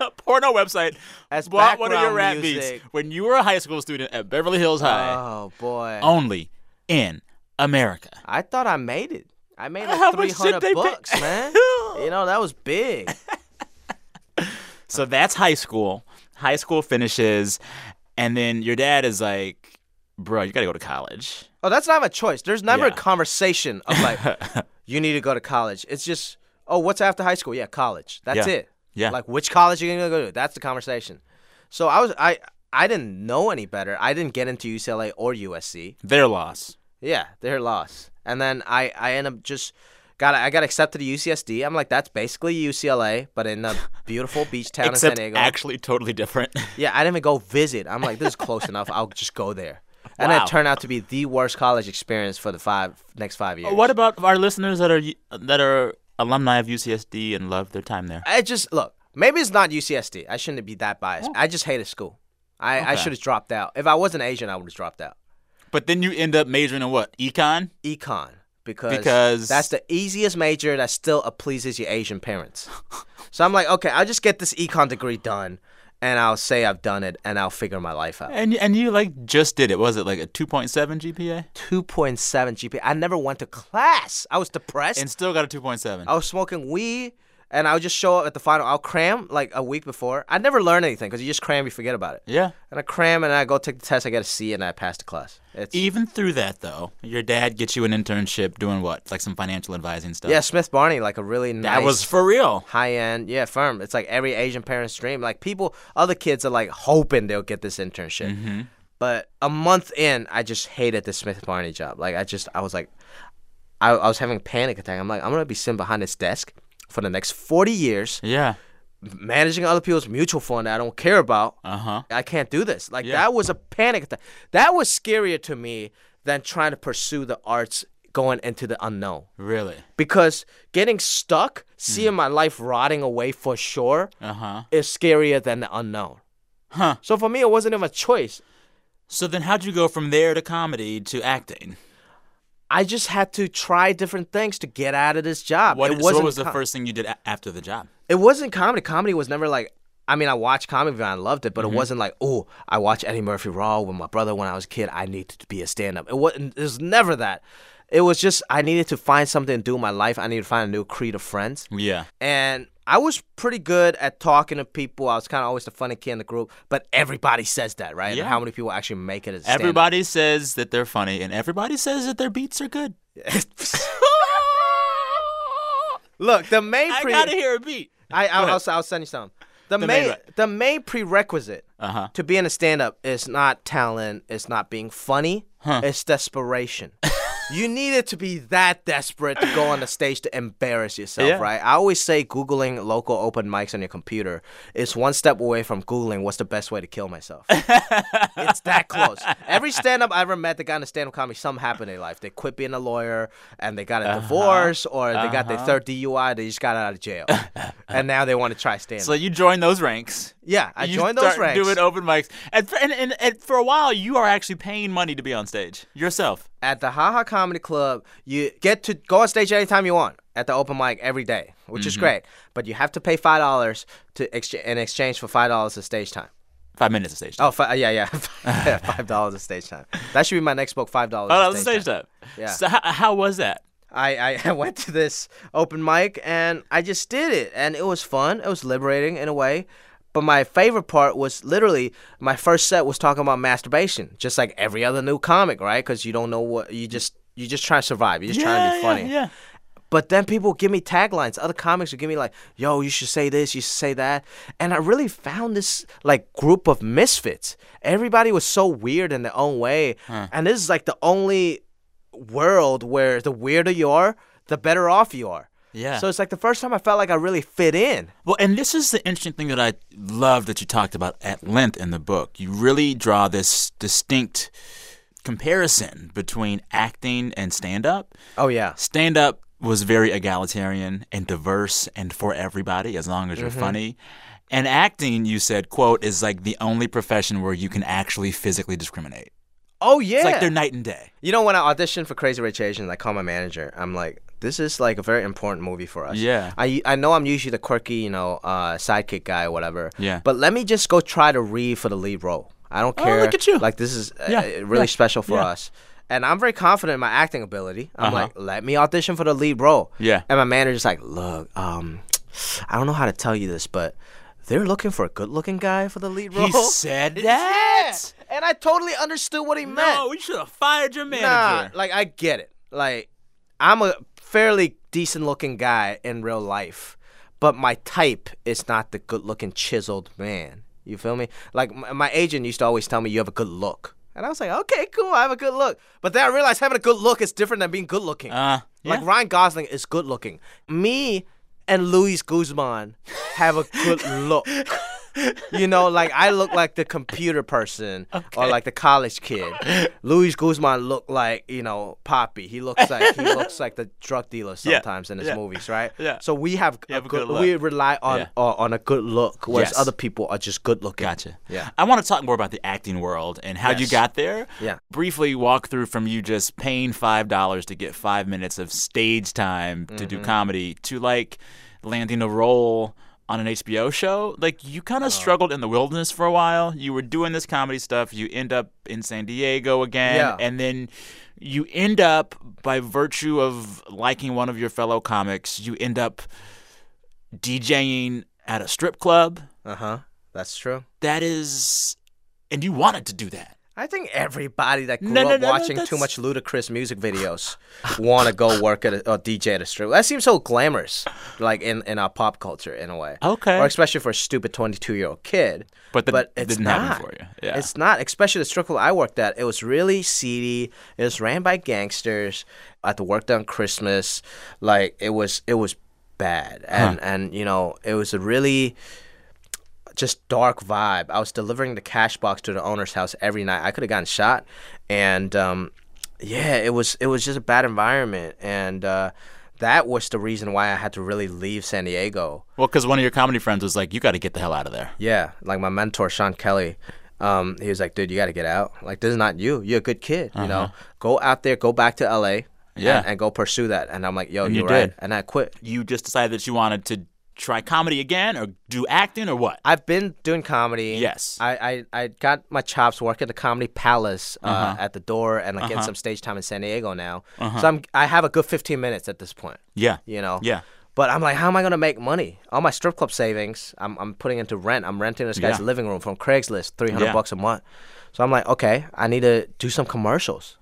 S1: A porno website
S4: As
S1: bought one of your rap
S4: background
S1: beats
S4: music.
S1: when you were a high school student at Beverly Hills High.
S4: oh boy.
S1: only in America.
S4: I thought I made it. I made
S1: How
S4: like
S1: much did
S4: three hundred
S1: they pay?
S4: bucks, man. you know that was big.
S1: So that's high school. High school finishes, and then your dad is like, "Bro, you gotta go to college."
S4: Oh, that's not my choice. There's never
S1: Yeah.
S4: a conversation of like, you need to go to college. It's just, oh, what's after high school? Yeah, college. That's
S1: Yeah.
S4: it.
S1: Yeah.
S4: Like, which college are you gonna go to? That's the conversation. So I was, I, I didn't know any better. I didn't get into UCLA or USC.
S1: Their loss.
S4: Yeah, their loss. And then I, I end up just got I got accepted to UCSD. I'm like, that's basically UCLA, but in a beautiful beach town in San
S1: Except
S4: Diego.
S1: actually totally different.
S4: yeah, I didn't even go visit. I'm like, this is close enough. I'll just go there. And
S1: Wow.
S4: it turned out to be the worst college experience for the five next five years.
S1: what about our listeners that are that are alumni of UCSD and love their time there?
S4: I just look. Maybe it's not UCSD. I shouldn't be that biased. I just hated school. I, I
S1: Okay.
S4: should have dropped out. If I wasn't Asian, I would have dropped out.
S1: But then you end up majoring in what? Econ?
S4: Econ because,
S1: Because-
S4: that's the easiest major that still pleases your Asian parents. so I'm like, okay, I'll just get this econ degree done, and I'll say I've done it, and I'll figure my life out.
S1: And and you like just did it. Was it like a 2.7 GPA?
S4: 2.7 GPA. I never went to class. I was depressed.
S1: And still got a 2.7.
S4: I was smoking weed, and I would just show up at the final. I'll cram like a week before. I never learn anything because you just cram, you forget about it.
S1: Yeah.
S4: And I cram, and I go take the test. I get a C, and I pass the class. It's
S1: Even through that though, your dad gets you an internship doing what? Like some financial advising stuff.
S4: yeah, Smith Barney, like a really nice.
S1: That was for real.
S4: high end, yeah, firm. It's like every Asian parent's dream. Like people, other kids are like hoping they'll get this internship.
S1: Mm-hmm.
S4: But a month in, I just hated the Smith Barney job. Like I just, I was like, I, I was having a panic attack. I'm like, I'm gonna be sitting behind this desk for the next 40 years,
S1: Yeah.
S4: managing other people's mutual fund that I don't care about.
S1: Uh-huh.
S4: I can't do this. Like
S1: Yeah.
S4: that was a panic attack. That was scarier to me than trying to pursue the arts going into the unknown
S1: Really.
S4: because getting stuck, seeing
S1: Mm.
S4: my life rotting away for sure,
S1: Uh-huh.
S4: is scarier than the unknown.
S1: Huh.
S4: So for me, it wasn't even a choice.
S1: So then how'd you go from there to comedy to acting?
S4: I just had to try different things to get out of this job.
S1: What,
S4: it
S1: so
S4: wasn't
S1: what was the
S4: com-
S1: first thing you did a- after the job?
S4: It wasn't comedy. Comedy was never like. I mean, I watched comedy and I loved it, but
S1: Mm-hmm.
S4: it wasn't like, oh, I watched Eddie Murphy Raw with my brother when I was a kid. I needed to be a stand-up. It wasn't. It was never that. It was just I needed to find something to do in my life. I needed to find a new creed of friends.
S1: Yeah.
S4: and I was pretty good at talking to people. I was kind of always the funny kid in the group, but everybody says that, right? And
S1: Yeah.
S4: how many people actually make it as a stand-up?
S1: Everybody says that they're funny, and everybody says that their beats are good.
S4: Look, the main
S1: I
S4: pre-
S1: gotta hear a beat.
S4: I,
S1: Go
S4: I'll,
S1: ahead.
S4: I'll, I'll send you some. The,
S1: main
S4: main,
S1: re-
S4: the main prerequisite
S1: Uh-huh.
S4: to being a stand-up is not talent, it's not being funny, it's desperation. you needed to be that desperate to go on the stage to embarrass yourself,
S1: Yeah.
S4: right? I always say googling local open mics on your computer is one step away from googling what's the best way to kill myself. it's that close. Every stand-up I ever met that got into stand-up comedy, something happened in their life. They quit being a lawyer, and they got a
S1: Uh-huh.
S4: divorce, or they got their third DUI. They just got out of jail, and now they want to try stand-up.
S1: So you join those ranks.
S4: yeah, I
S1: you
S4: joined those
S1: start
S4: ranks.
S1: Doing open mics, and, and, and, and for a while, you are actually paying money to be on stage yourself.
S4: at the Haha Comedy Club, you get to go on stage anytime you want at the open mic every day, which
S1: Mm-hmm.
S4: is great. But you have to pay five dollars to exchange in exchange for five dollars of stage time.
S1: Five minutes of stage. time.
S4: Oh, fi- yeah, yeah, five dollars of stage time. That should be my next book. Five dollars.
S1: oh, that was stage time.
S4: Yeah.
S1: So how, how was that?
S4: I, I I went to this open mic and I just did it, and it was fun. It was liberating in a way. But my favorite part was literally my first set was talking about masturbation, just like every other new comic, right? Because you don't know what you just you just trying to survive. You're just trying to be funny.
S1: Yeah, yeah.
S4: But then people give me taglines. Other comics would give me like, "Yo, you should say this, you should say that," and I really found this like group of misfits. Everybody was so weird in their own way, and this is like the only world where the weirder you are, the better off you are.
S1: Yeah.
S4: So it's like the first time I felt like I really fit in.
S1: Well, and this is the interesting thing that I love that you talked about at length in the book. You really draw this distinct comparison between acting and stand up.
S4: Oh yeah.
S1: Stand up was very egalitarian and diverse and for everybody as long as you're
S4: Mm-hmm.
S1: funny. And acting, you said, quote, is like the only profession where you can actually physically discriminate.
S4: Oh yeah.
S1: It's like they're night and day.
S4: You know, when I auditioned for Crazy Rich Asians, I called my manager. I'm like, this is like a very important movie for us.
S1: Yeah.
S4: I, I know I'm usually the quirky, you know, uh, sidekick guy or whatever.
S1: Yeah.
S4: But let me just go try to read for the lead role. I don't
S1: Oh,
S4: care.
S1: look at you.
S4: Like, this is uh,
S1: Yeah,
S4: uh, really
S1: yeah,
S4: special for
S1: yeah.
S4: us. And I'm very confident in my acting ability. I'm
S1: Uh-huh.
S4: like, let me audition for the lead role.
S1: Yeah.
S4: And my manager's like, look, um, I don't know how to tell you this, but they're looking for a good looking guy for the lead role.
S1: He said that?
S4: Yeah. And I totally understood what he meant.
S1: No, you should have fired your manager.
S4: Nah, like I get it. Like I'm a fairly decent looking guy in real life, but my type is not the good looking chiseled man. You feel me? Like my, my agent used to always tell me you have a good look. And I was like, okay, cool, I have a good look. But then I realized having a good look is different than being good looking.
S1: Uh,
S4: Like Ryan Gosling is good looking. Me and Luis Guzman have a good look. you know, like I look like the computer person or like the college kid. Luis Guzman looked like, you know, Poppy. He looks like he looks like the drug dealer
S1: Yeah.
S4: sometimes in his
S1: Yeah.
S4: movies, right?
S1: Yeah.
S4: So we have,
S1: have a good look.
S4: we rely on
S1: Yeah.
S4: uh, on a good look, whereas
S1: Yes.
S4: other people are just good looking.
S1: Gotcha.
S4: Yeah.
S1: I want to talk more about the acting world and how you
S4: Yes.
S1: got there.
S4: Yeah.
S1: Briefly walk through from you just paying $5 to get five minutes of stage time to
S4: Mm-hmm.
S1: do comedy to like landing a role on an HBO show. Like you kind
S4: Oh.
S1: of struggled in the wilderness for a while. You were doing this comedy stuff. You end up in San Diego again.
S4: Yeah.
S1: And then you end up, by virtue of liking one of your fellow comics, you end up DJing at a strip club
S4: Uh huh. That's true.
S1: that is and you wanted to do that
S4: I think everybody that grew
S1: No, no,
S4: up
S1: no, no,
S4: watching too
S1: that's-
S4: much ludicrous music videos want to go work at a or DJ at a strip. That seems so glamorous, like in, in our pop culture in a way.
S1: Okay.
S4: Or especially for a stupid twenty two year old kid.
S1: But that
S4: but it's
S1: didn't
S4: not.
S1: happen for you. Yeah.
S4: It's not. Especially the strip club I worked at. It was really seedy. It was ran by gangsters. I had to work on Christmas. Like it was it was bad. And and you know, it was a really just dark vibe. I was delivering the cash box to the owner's house every night. I could have gotten shot, and um, yeah, it was it was just a bad environment, and uh, that was the reason why I had to really leave San Diego.
S1: well because one of your comedy friends was like you got to get the hell out of there
S4: Yeah, like my mentor Sean Kelly, um, he was like, "Dude, you got to get out. Like this is not you. You're a good kid. You know, go out there, go back to LA."
S1: Uh-huh. Yeah.
S4: and, and go pursue that, and I'm like, yo,
S1: you
S4: you're right,
S1: did.
S4: and I quit.
S1: you just decided that you wanted to try comedy again or do acting or what
S4: I've been doing comedy.
S1: Yes.
S4: I, I, I got my chops working at the Comedy Palace uh,
S1: Uh-huh.
S4: at the door and like getting some stage time in San Diego now. So I'm I have a good 15 minutes at this point.
S1: yeah
S4: You know.
S1: yeah
S4: But I'm like, how am I gonna make money? All my strip club savings, I'm I'm putting into rent. I'm renting this guy's
S1: Yeah.
S4: living room from Craigslist, 300
S1: Yeah.
S4: bucks a month. So I'm like, okay, I need to do some commercials.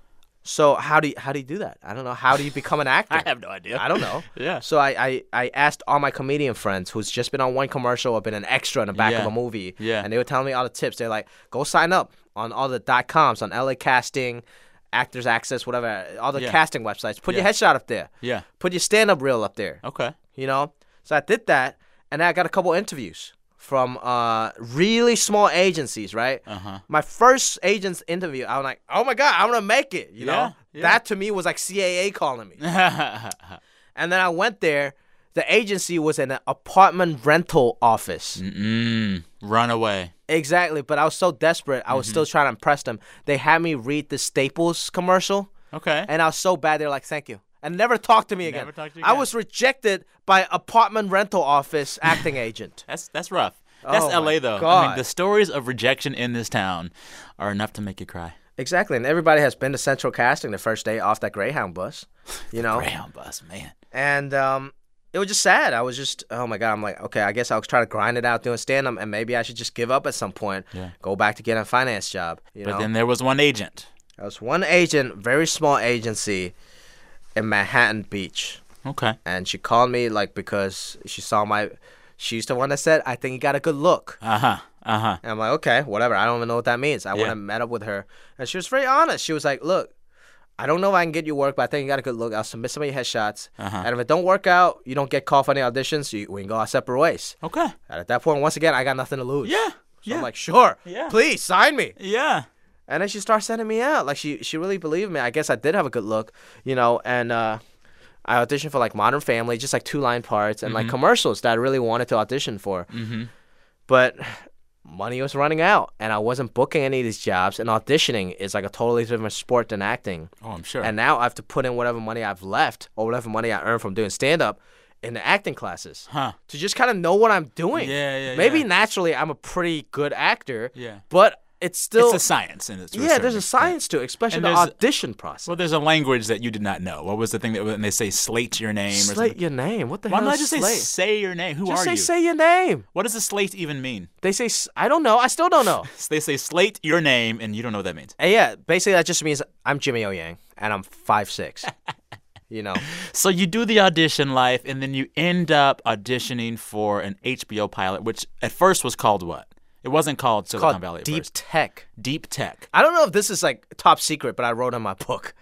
S4: So how do you, how do you do that? I don't know. How do you become an actor?
S1: i have no idea
S4: I don't know.
S1: Yeah.
S4: So I, I, I asked all my comedian friends who's just been on one commercial or been an extra in the back
S1: Yeah.
S4: of a movie.
S1: Yeah.
S4: And they were telling me all the tips. They're like, go sign up on all the dot coms, on LA casting, actors access, whatever, all the
S1: Yeah.
S4: casting websites. Put
S1: Yeah.
S4: your headshot up there.
S1: Yeah.
S4: Put your stand up reel up there.
S1: okay
S4: You know? So I did that and I got a couple interviews from uh, really small agencies, right? Uh-huh. My first agent's interview, I was like, oh my God, I'm gonna make it. You
S1: Yeah,
S4: know?
S1: yeah.
S4: That to me was like CAA calling me. And then I went there. The agency was in an apartment rental office.
S1: Mm. run away
S4: Exactly. But I was so desperate. I was
S1: Mm-hmm.
S4: still trying to impress them. They had me read the Staples commercial.
S1: Okay.
S4: And I was so bad. They were like, thank you. And never talked to me again.
S1: Never talked to you
S4: I
S1: again.
S4: was rejected by apartment rental office acting agent.
S1: that's that's rough that's
S4: Oh,
S1: la
S4: my
S1: though i mean
S4: God.
S1: the stories of rejection in this town are enough to make you cry
S4: Exactly. And everybody has been to Central Casting the first day off that Greyhound bus. You know?
S1: Greyhound bus man
S4: and um, it was just sad. I was just, oh my god, I'm like, okay, I guess I was trying to grind it out doing stand up, and maybe I should just give up at some point, go back to getting a finance job. You
S1: but
S4: know,
S1: then there was one agent
S4: I was one agent, very small agency, in Manhattan Beach,
S1: okay
S4: and she called me like because she saw my, she's the one that said, I think you got a good look.
S1: uh-huh uh-huh
S4: And I'm like, okay, whatever. I don't even know what that means. I went
S1: Yeah.
S4: and met up with her, and she was very honest. She was like, look, I don't know if I can get you work, but I think you got a good look. I'll submit some of your headshots,
S1: Uh-huh.
S4: and if it don't work out, you don't get called for any auditions. You, we can go our separate ways.
S1: okay
S4: And at that point, once again, I got nothing to lose.
S1: yeah
S4: So
S1: yeah
S4: I'm like, sure,
S1: Yeah.
S4: please sign me.
S1: yeah
S4: And then she starts sending me out. Like she she really believed me. I guess I did have a good look, you know. And uh, I auditioned for like Modern Family, just like two line parts and
S1: Mm-hmm.
S4: like commercials that I really wanted to audition for. Mm-hmm. But money was running out, and I wasn't booking any of these jobs. And auditioning is like a totally different sport than acting.
S1: oh i'm sure
S4: And now I have to put in whatever money I've left or whatever money I earned from doing stand up in the acting classes.
S1: Huh.
S4: To just kind of know what I'm doing.
S1: Yeah, yeah,
S4: Maybe
S1: yeah.
S4: naturally I'm a pretty good actor.
S1: Yeah.
S4: But it's still
S1: it's a science and it's to
S4: yeah, there's
S1: certain
S4: a
S1: extent.
S4: science to it, especially
S1: And
S4: the
S1: there's-
S4: audition process.
S1: Well, there's a language that you did not know. What was the thing that when they say slate your name? or
S4: slate
S1: something?
S4: your name. What the
S1: Why
S4: hell
S1: don't I
S4: is
S1: just
S4: slate?
S1: say say your name? Who
S4: just
S1: are
S4: say
S1: you?
S4: say your name.
S1: what does a slate even mean?
S4: They say s- I don't know. I still don't know.
S1: S- They say slate your name, and you don't know what that means.
S4: and yeah, basically that just means I'm Jimmy O Yang and I'm five six. you know,
S1: So you do the audition life, and then you end up auditioning for an HBO pilot, which at first was called what? It wasn't called Silicon
S4: called
S1: Valley. at
S4: deep
S1: first.
S4: tech.
S1: deep tech.
S4: I don't know if this is like top secret, but I wrote in my book.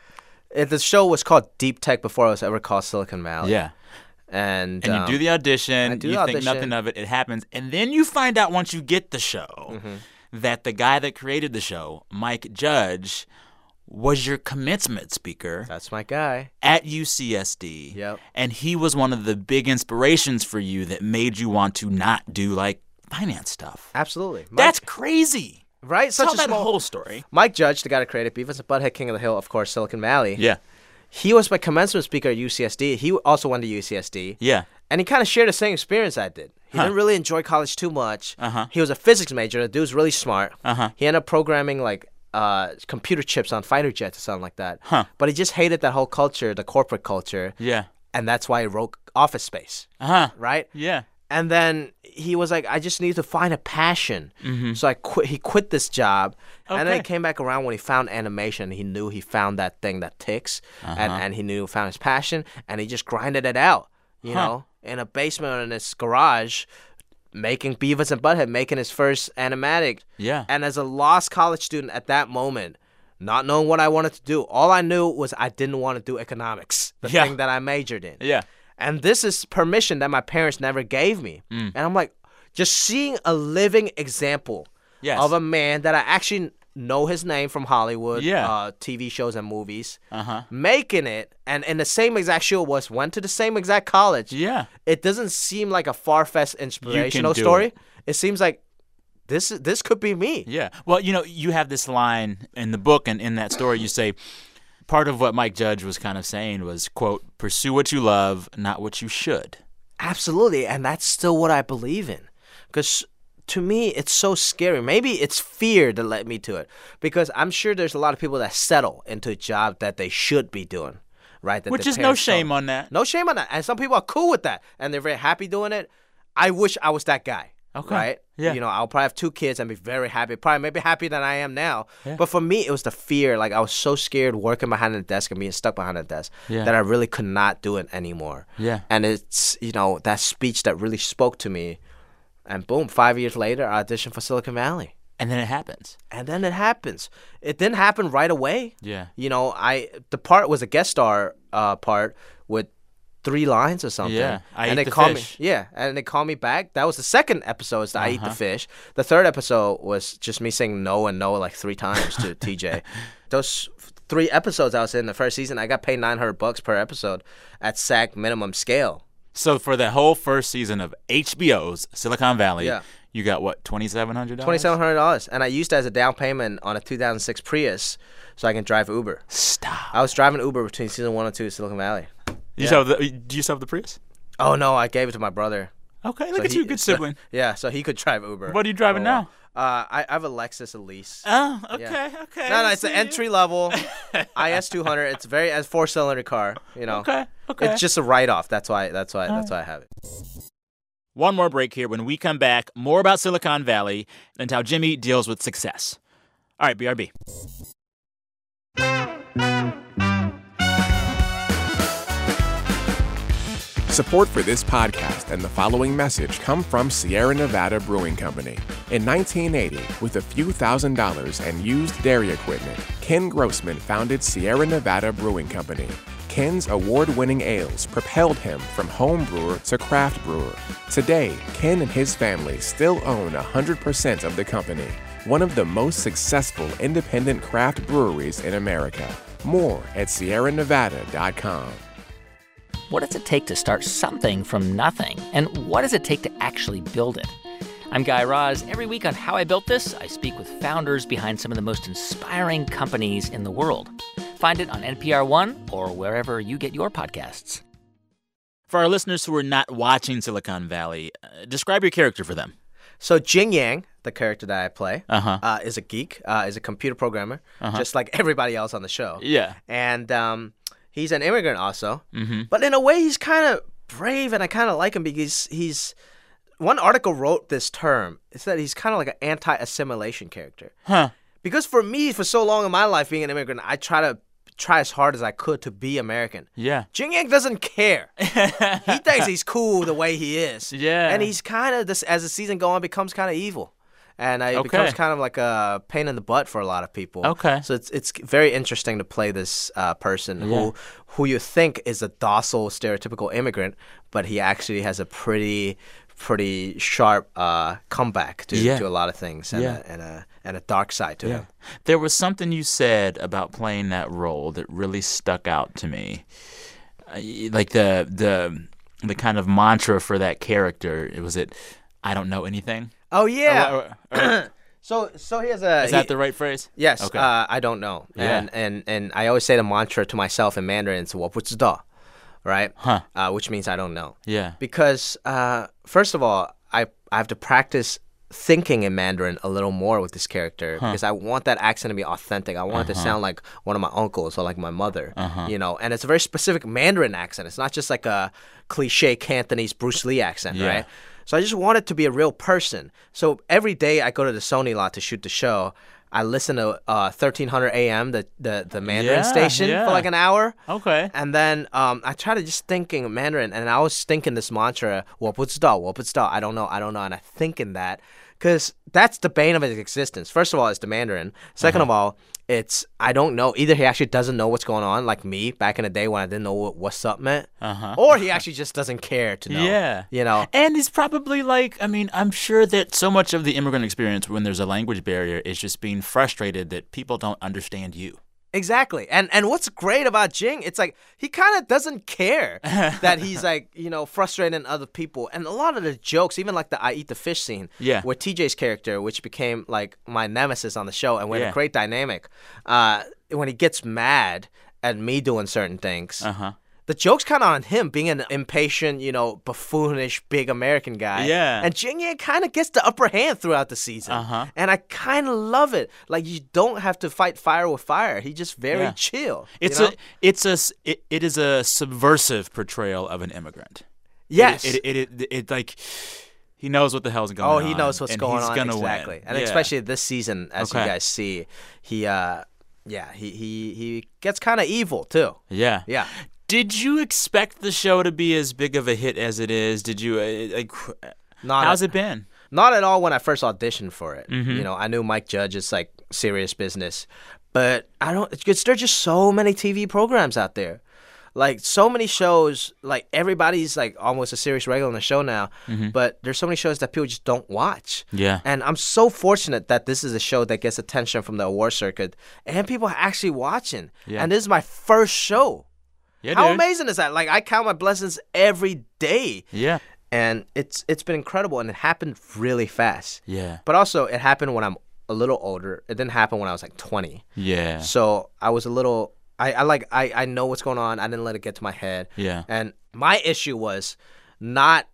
S4: It, the show was called Deep Tech before it was ever called Silicon Valley.
S1: Yeah.
S4: and
S1: and
S4: um,
S1: you do the audition.
S4: I do
S1: you
S4: the
S1: think nothing
S4: audition.
S1: of it. It happens, and then you find out once you get the show
S4: Mm-hmm.
S1: that the guy that created the show, Mike Judge, was your commencement speaker
S4: That's my guy.
S1: at UCSD.
S4: Yep.
S1: And he was one of the big inspirations for you that made you want to not do like finance stuff.
S4: Absolutely. Mike-
S1: That's crazy.
S4: right. Such
S1: Tell
S4: a
S1: that
S4: small-
S1: whole story.
S4: Mike Judge, the guy that created Beavis and Butthead, King of the Hill, of course, Silicon Valley.
S1: Yeah.
S4: He was my commencement speaker at UCSD. He also went to UCSD.
S1: Yeah.
S4: And he kind of shared the same experience I did. He didn't really enjoy college too much.
S1: Uh-huh.
S4: He was a physics major. The dude was really smart.
S1: Uh-huh.
S4: He ended up programming like uh, computer chips on fighter jets or something like that.
S1: Huh.
S4: But he just hated that whole culture, the corporate culture.
S1: Yeah.
S4: And that's why he wrote Office Space,
S1: Uh huh.
S4: right?
S1: Yeah.
S4: And then he was like, I just need to find a passion. So I quit. He quit this job, and then he
S1: Mm-hmm. Okay.
S4: came back around when he found animation. He knew he found that thing that ticks, and,
S1: Uh-huh.
S4: and he knew found his passion, and he just grinded it out. You know, in a basement or in his garage, making Beavis and Butthead, making his first animatic.
S1: Yeah.
S4: And as a lost college student at that moment, not knowing what I wanted to do, all I knew was I didn't want to do economics, the
S1: Yeah.
S4: thing that I majored in.
S1: Yeah.
S4: And this is permission that my parents never gave me.
S1: Mm.
S4: And I'm like, just seeing a living example
S1: Yes.
S4: of a man that I actually know his name from Hollywood,
S1: Yeah.
S4: uh, TV shows and movies, uh-huh. making it, and in the same exact show was went to the same exact college.
S1: Yeah.
S4: It doesn't seem like a far fetched inspirational
S1: do
S4: story.
S1: it.
S4: It. seems like this is this could be me.
S1: Yeah. Well, you know, you have this line in the book and in that story you say part of what Mike Judge was kind of saying was, quote, pursue what you love, not what you should.
S4: Absolutely, and that's still what I believe in. Because to me, it's so scary. Maybe it's fear that led me to it. Because I'm sure there's a lot of people that settle into a job that they should be doing, right? That
S1: Which
S4: their
S1: is no
S4: parents
S1: shame
S4: told
S1: on that.
S4: No shame on that. And some people are cool with that, and they're very happy doing it. I wish I was that guy.
S1: Okay.
S4: Right?
S1: Yeah.
S4: You know, I'll probably have two kids and be very happy. Probably maybe happier than I am now. But for me, it was the fear. Like I was so scared working behind the desk and being stuck behind the desk
S1: Yeah.
S4: that I really could not do it anymore.
S1: Yeah.
S4: And it's, you know, that speech that really spoke to me. And boom, five years later, I auditioned for Silicon Valley.
S1: And then it happens.
S4: And then it happens. It didn't happen right away.
S1: Yeah.
S4: You know, I the part was a guest star uh, part with three lines or something.
S1: Yeah, I
S4: and
S1: Eat
S4: they
S1: the
S4: called
S1: Fish. Uh-huh.
S4: me. Yeah, and they called me back. That was the second episode. Is the I eat the fish. The third episode was just me saying no and no like three times to TJ. Those three episodes I was in the first season, I got paid nine hundred bucks per episode at SAC minimum scale.
S1: So for the whole first season of HBO's Silicon Valley,
S4: Yeah.
S1: you got what, twenty seven hundred dollars?
S4: Twenty seven hundred dollars, and I used it as a down payment on a two thousand six Prius, so I can drive Uber.
S1: Stop.
S4: I was driving Uber between season one and two of Silicon Valley.
S1: You still have the do you still have the Prius?
S4: Oh no, I gave it to my brother.
S1: Okay, look
S4: So
S1: at
S4: he-
S1: you, good
S4: so-
S1: sibling.
S4: yeah, so he could drive Uber.
S1: What are you driving
S4: for a while.
S1: now?
S4: Uh, I, I have a Lexus Elise.
S1: Oh, okay,
S4: Yeah.
S1: okay.
S4: no, no,
S1: I
S4: it's an
S1: see you.
S4: entry level IS two hundred. It's very it's four cylinder car. You know,
S1: Okay, okay. Uh.
S4: it's just a write off. That's why. That's why. That's why I have it.
S1: One more break here. When we come back, more about Silicon Valley and how Jimmy deals with success. All right, BRB.
S6: Support for this podcast and the following message come from Sierra Nevada Brewing Company. In 1980, with a few thousand dollars and used dairy equipment, Ken Grossman founded Sierra Nevada Brewing Company. Ken's award winning ales propelled him from home brewer to craft brewer. Today, Ken and his family still own 100% of the company, one of the most successful independent craft breweries in America. More at sierranevada.com.
S9: What does it take to start something from nothing? And what does it take to actually build it? I'm Guy Raz. Every week on How I Built This, I speak with founders behind some of the most inspiring companies in the world. Find it on NPR One or wherever you get your podcasts.
S1: For our listeners who are not watching Silicon Valley, uh, describe your character for them.
S4: So Jing Yang, the character that I play,
S1: Uh-huh.
S4: uh, is a geek, uh, is a computer programmer, just like everybody else on the show.
S1: Yeah. Mm-hmm.
S4: and um, he's an immigrant also. But in a way, he's kind of brave, and I kind of like him because he's. One article wrote this term. It said he's kind of like an anti-assimilation character.
S1: Huh.
S4: Because for me, for so long in my life being an immigrant, I try to try as hard as I could to be American.
S1: Yeah.
S4: Jing Yang doesn't care. he thinks he's cool the way he is.
S1: Yeah.
S4: And he's kind of this as the season go on becomes kind of evil. and uh, it becomes kind of like a pain in the butt for a lot of people.
S1: Okay.
S4: So it's it's very interesting to play this uh, person
S1: Yeah.
S4: who who you think is a docile, stereotypical immigrant, but he actually has a pretty pretty sharp uh, comeback to,
S1: Yeah.
S4: to a lot of things and,
S1: Yeah.
S4: a, and a and a dark side to him.
S1: There was something you said about playing that role that really stuck out to me. Uh, y- Like the the the kind of mantra for that character it was it I don't know anything.
S4: Oh yeah.
S1: Or- or-
S4: so so he has a
S1: is that
S4: he-
S1: the right phrase?
S4: Yes,
S1: Okay.
S4: uh, I don't know.
S1: Yeah.
S4: And, and and I always say the mantra to myself in Mandarin, it's "我不知道," right?
S1: Huh.
S4: Uh, which means I don't know.
S1: yeah.
S4: Because uh, first of all, I I have to practice thinking in Mandarin a little more with this character because I want that accent to be authentic. I want
S1: Uh-huh.
S4: it to sound like one of my uncles or like my mother, you know. And it's a very specific Mandarin accent. It's not just like a cliche Cantonese Bruce Lee accent,
S1: Yeah.
S4: right? So I just wanted to be a real person. So every day I go to the Sony lot to shoot the show. I listen to uh, 1300 AM, the the, the Mandarin
S1: Yeah,
S4: station
S1: yeah.
S4: for like an hour.
S1: Okay.
S4: And then um, I tried to just thinking Mandarin, and I was thinking this mantra, 我不知道,我不知道, I don't know, I don't know, and I think in that, because that's the bane of his existence. First of all, it's the Mandarin. 2nd of all, it's I don't know. Either he actually doesn't know what's going on, like me back in the day when I didn't know what what's up meant, or he actually just doesn't care to know.
S1: Yeah.
S4: you know.
S1: And it's probably like, I mean, I'm sure that so much of the immigrant experience when there's a language barrier is just being frustrated that people don't understand you.
S4: Exactly. And and what's great about Jing, it's like he kind of doesn't care that he's like, you know, frustrating other people. And a lot of the jokes, even like the I eat the fish scene,
S1: Yeah.
S4: where TJ's character, which became like my nemesis on the show, and we had
S1: Yeah.
S4: a great dynamic, uh, when he gets mad at me doing certain things.
S1: huh.
S4: The joke's kind of on him being an impatient, you know, buffoonish big American guy.
S1: Yeah.
S4: And Jing Yan kind of gets the upper hand throughout the season.
S1: Uh-huh.
S4: And I kind of love it. Like, you don't have to fight fire with fire. He just very
S1: Yeah.
S4: chill. you
S1: It's
S4: know?
S1: a, it's a, s- it, it is a subversive portrayal of an immigrant. It-
S4: yes.
S1: It, it, it, it, like, he knows what the hell's going on.
S4: oh, he knows what's
S1: and
S4: going
S1: he's
S4: on.
S1: Gonna
S4: exactly.
S1: Win.
S4: And
S1: Yeah.
S4: especially this season, as
S1: Okay.
S4: you guys see, he, uh, yeah, he, he, he gets kind of evil too.
S1: Yeah.
S4: Yeah.
S1: Did you expect the show to be as big of a hit as it is? Did you, uh, like,
S4: Not
S1: how's
S4: a-
S1: it been?
S4: Not at all when I first auditioned for it.
S1: Mm-hmm.
S4: You know, I knew Mike Judge is like serious business, but I don't. It's because there's just so many TV programs out there, like so many shows. Like everybody's like almost a serious regular on the show now, but there's so many shows that people just don't watch.
S1: Mm-hmm. Yeah.
S4: and I'm so fortunate that this is a show that gets attention from the award circuit, and people are actually watching.
S1: Yeah.
S4: and this is my first show.
S1: Yeah,
S4: How
S1: dude.
S4: amazing is that? Like I count my blessings every day
S1: Yeah.
S4: and it's it's been incredible and it happened really fast
S1: Yeah.
S4: but also it happened when i'm a little older it didn't happen when i was like 20
S1: Yeah.
S4: so i was a little i, I like I, I know what's going on i didn't let it get to my head
S1: Yeah.
S4: and my issue was not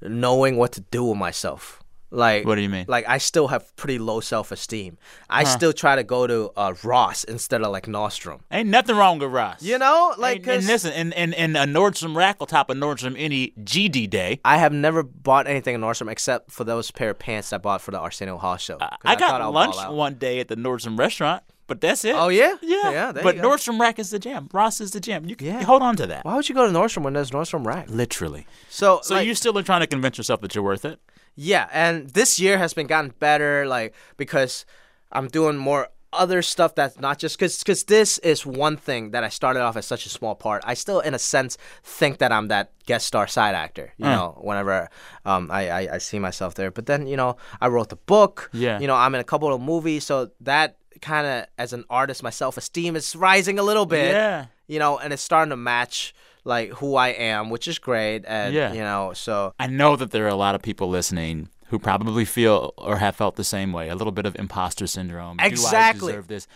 S4: knowing what to do with myself like
S1: What do you mean?
S4: like i still have pretty low self-esteem i still try to go to uh, ross instead of like nostrum
S1: Ain't nothing wrong with Ross.
S4: you know like
S1: and, and
S4: 'cause-
S1: listen, and, and, and a Nordstrom rack will top a Nordstrom any GD day.
S4: I have never bought anything in Nordstrom except for those pair of pants I bought for the Arsenio Hall show. 'cause
S1: I
S4: thought
S1: got
S4: would
S1: lunch
S4: ball out.
S1: one day at the Nordstrom restaurant, but that's it.
S4: Oh, yeah?
S1: yeah.
S4: Yeah, there
S1: but
S4: you go.
S1: Nordstrom rack is the jam. Ross is the jam. You can
S4: Yeah.
S1: hold on to that.
S4: Why would you go to Nordstrom when there's Nordstrom Rack?
S1: Literally.
S4: So,
S1: So
S4: like,
S1: you still are trying to convince yourself that you're worth it.
S4: yeah, and this year has been gotten better, like because I'm doing more other stuff that's not just because because this is one thing that I started off as such a small part. I still, in a sense, think that I'm that guest star side actor.
S1: Mm.
S4: You know, whenever um, I, I I see myself there, but then you know I wrote the book.
S1: Yeah.
S4: you know I'm in a couple of movies, so that kind of as an artist, my self esteem is rising a little bit.
S1: Yeah.
S4: you know, and it's starting to match like who I am, which is great. And
S1: Yeah.
S4: you know, so
S1: I know that there are a lot of people listening who probably feel or have felt the same way, a little bit of imposter syndrome. Do
S4: Exactly.
S1: I deserve this?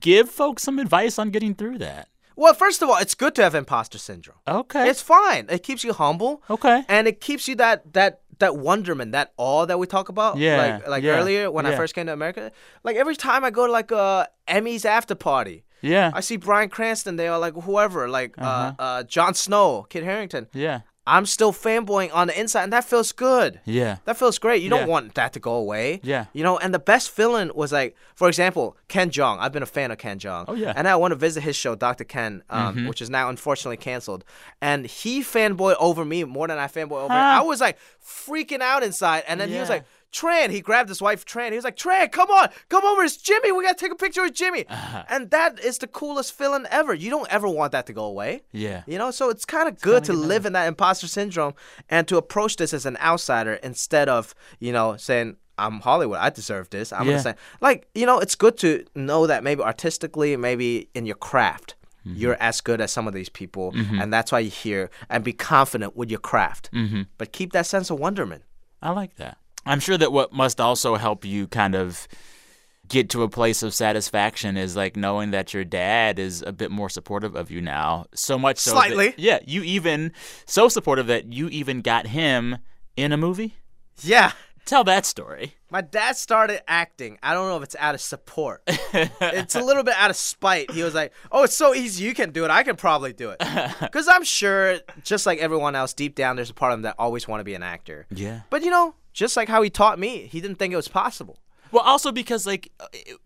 S1: Give folks some advice on getting through that.
S4: well, first of all, it's good to have imposter syndrome.
S1: Okay.
S4: It's fine. It keeps you humble.
S1: Okay.
S4: And it keeps you that that that wonderment, that awe that we talk about.
S1: Yeah,
S4: Like like
S1: yeah,
S4: earlier when
S1: yeah.
S4: I first came to America. Like every time I go to like a Emmys after party.
S1: yeah.
S4: I see Brian Cranston there, or like whoever, like
S1: Uh-huh.
S4: uh uh, Jon Snow, Kid Harrington.
S1: yeah.
S4: I'm still fanboying on the inside, and that feels good.
S1: Yeah.
S4: That feels great. You
S1: Yeah.
S4: don't want that to go away.
S1: Yeah.
S4: You know, and the best feeling was like, for example, Ken Jong. I've been a fan of Ken Jong.
S1: Oh, yeah. Mm-hmm.
S4: And I want to visit his show, Dr. Ken, um, which is now unfortunately canceled. And he fanboyed over me more than I fanboyed over him. I was like freaking out inside. And then he was
S1: Yeah.
S4: like, Tran. He grabbed his wife, Tran. He was like, Tran, come on, come over. It's Jimmy. We gotta take a picture with Jimmy.
S1: Uh-huh.
S4: And that is the coolest feeling ever. You don't ever want that to go away.
S1: Yeah.
S4: You know, so it's kind of good to live in that imposter syndrome and to approach this as an outsider instead of, you know, saying, I'm Hollywood. I deserve this. I'm
S1: Yeah.
S4: gonna say, like, you know, it's good to know that maybe artistically, maybe in your craft, you're as good as some of these people, and that's why you're here. And be confident with your craft, mm-hmm. but keep that sense of wonderment.
S1: I like that. I'm sure that what must also help you kind of get to a place of satisfaction is like knowing that your dad is a bit more supportive of you now. So much so that-
S4: Slightly.
S1: yeah, you even so supportive that you even got him in a movie.
S4: Yeah.
S1: Tell that story.
S4: My dad started acting. I don't know if it's out of support. it's a little bit out of spite. He was like, "Oh, it's so easy. You can do it. I can probably do it." Cuz I'm sure just like everyone else deep down there's a part of him that always want to be an actor.
S1: Yeah.
S4: But you know, just like how he taught me, he didn't think it was possible.
S1: Well, also because like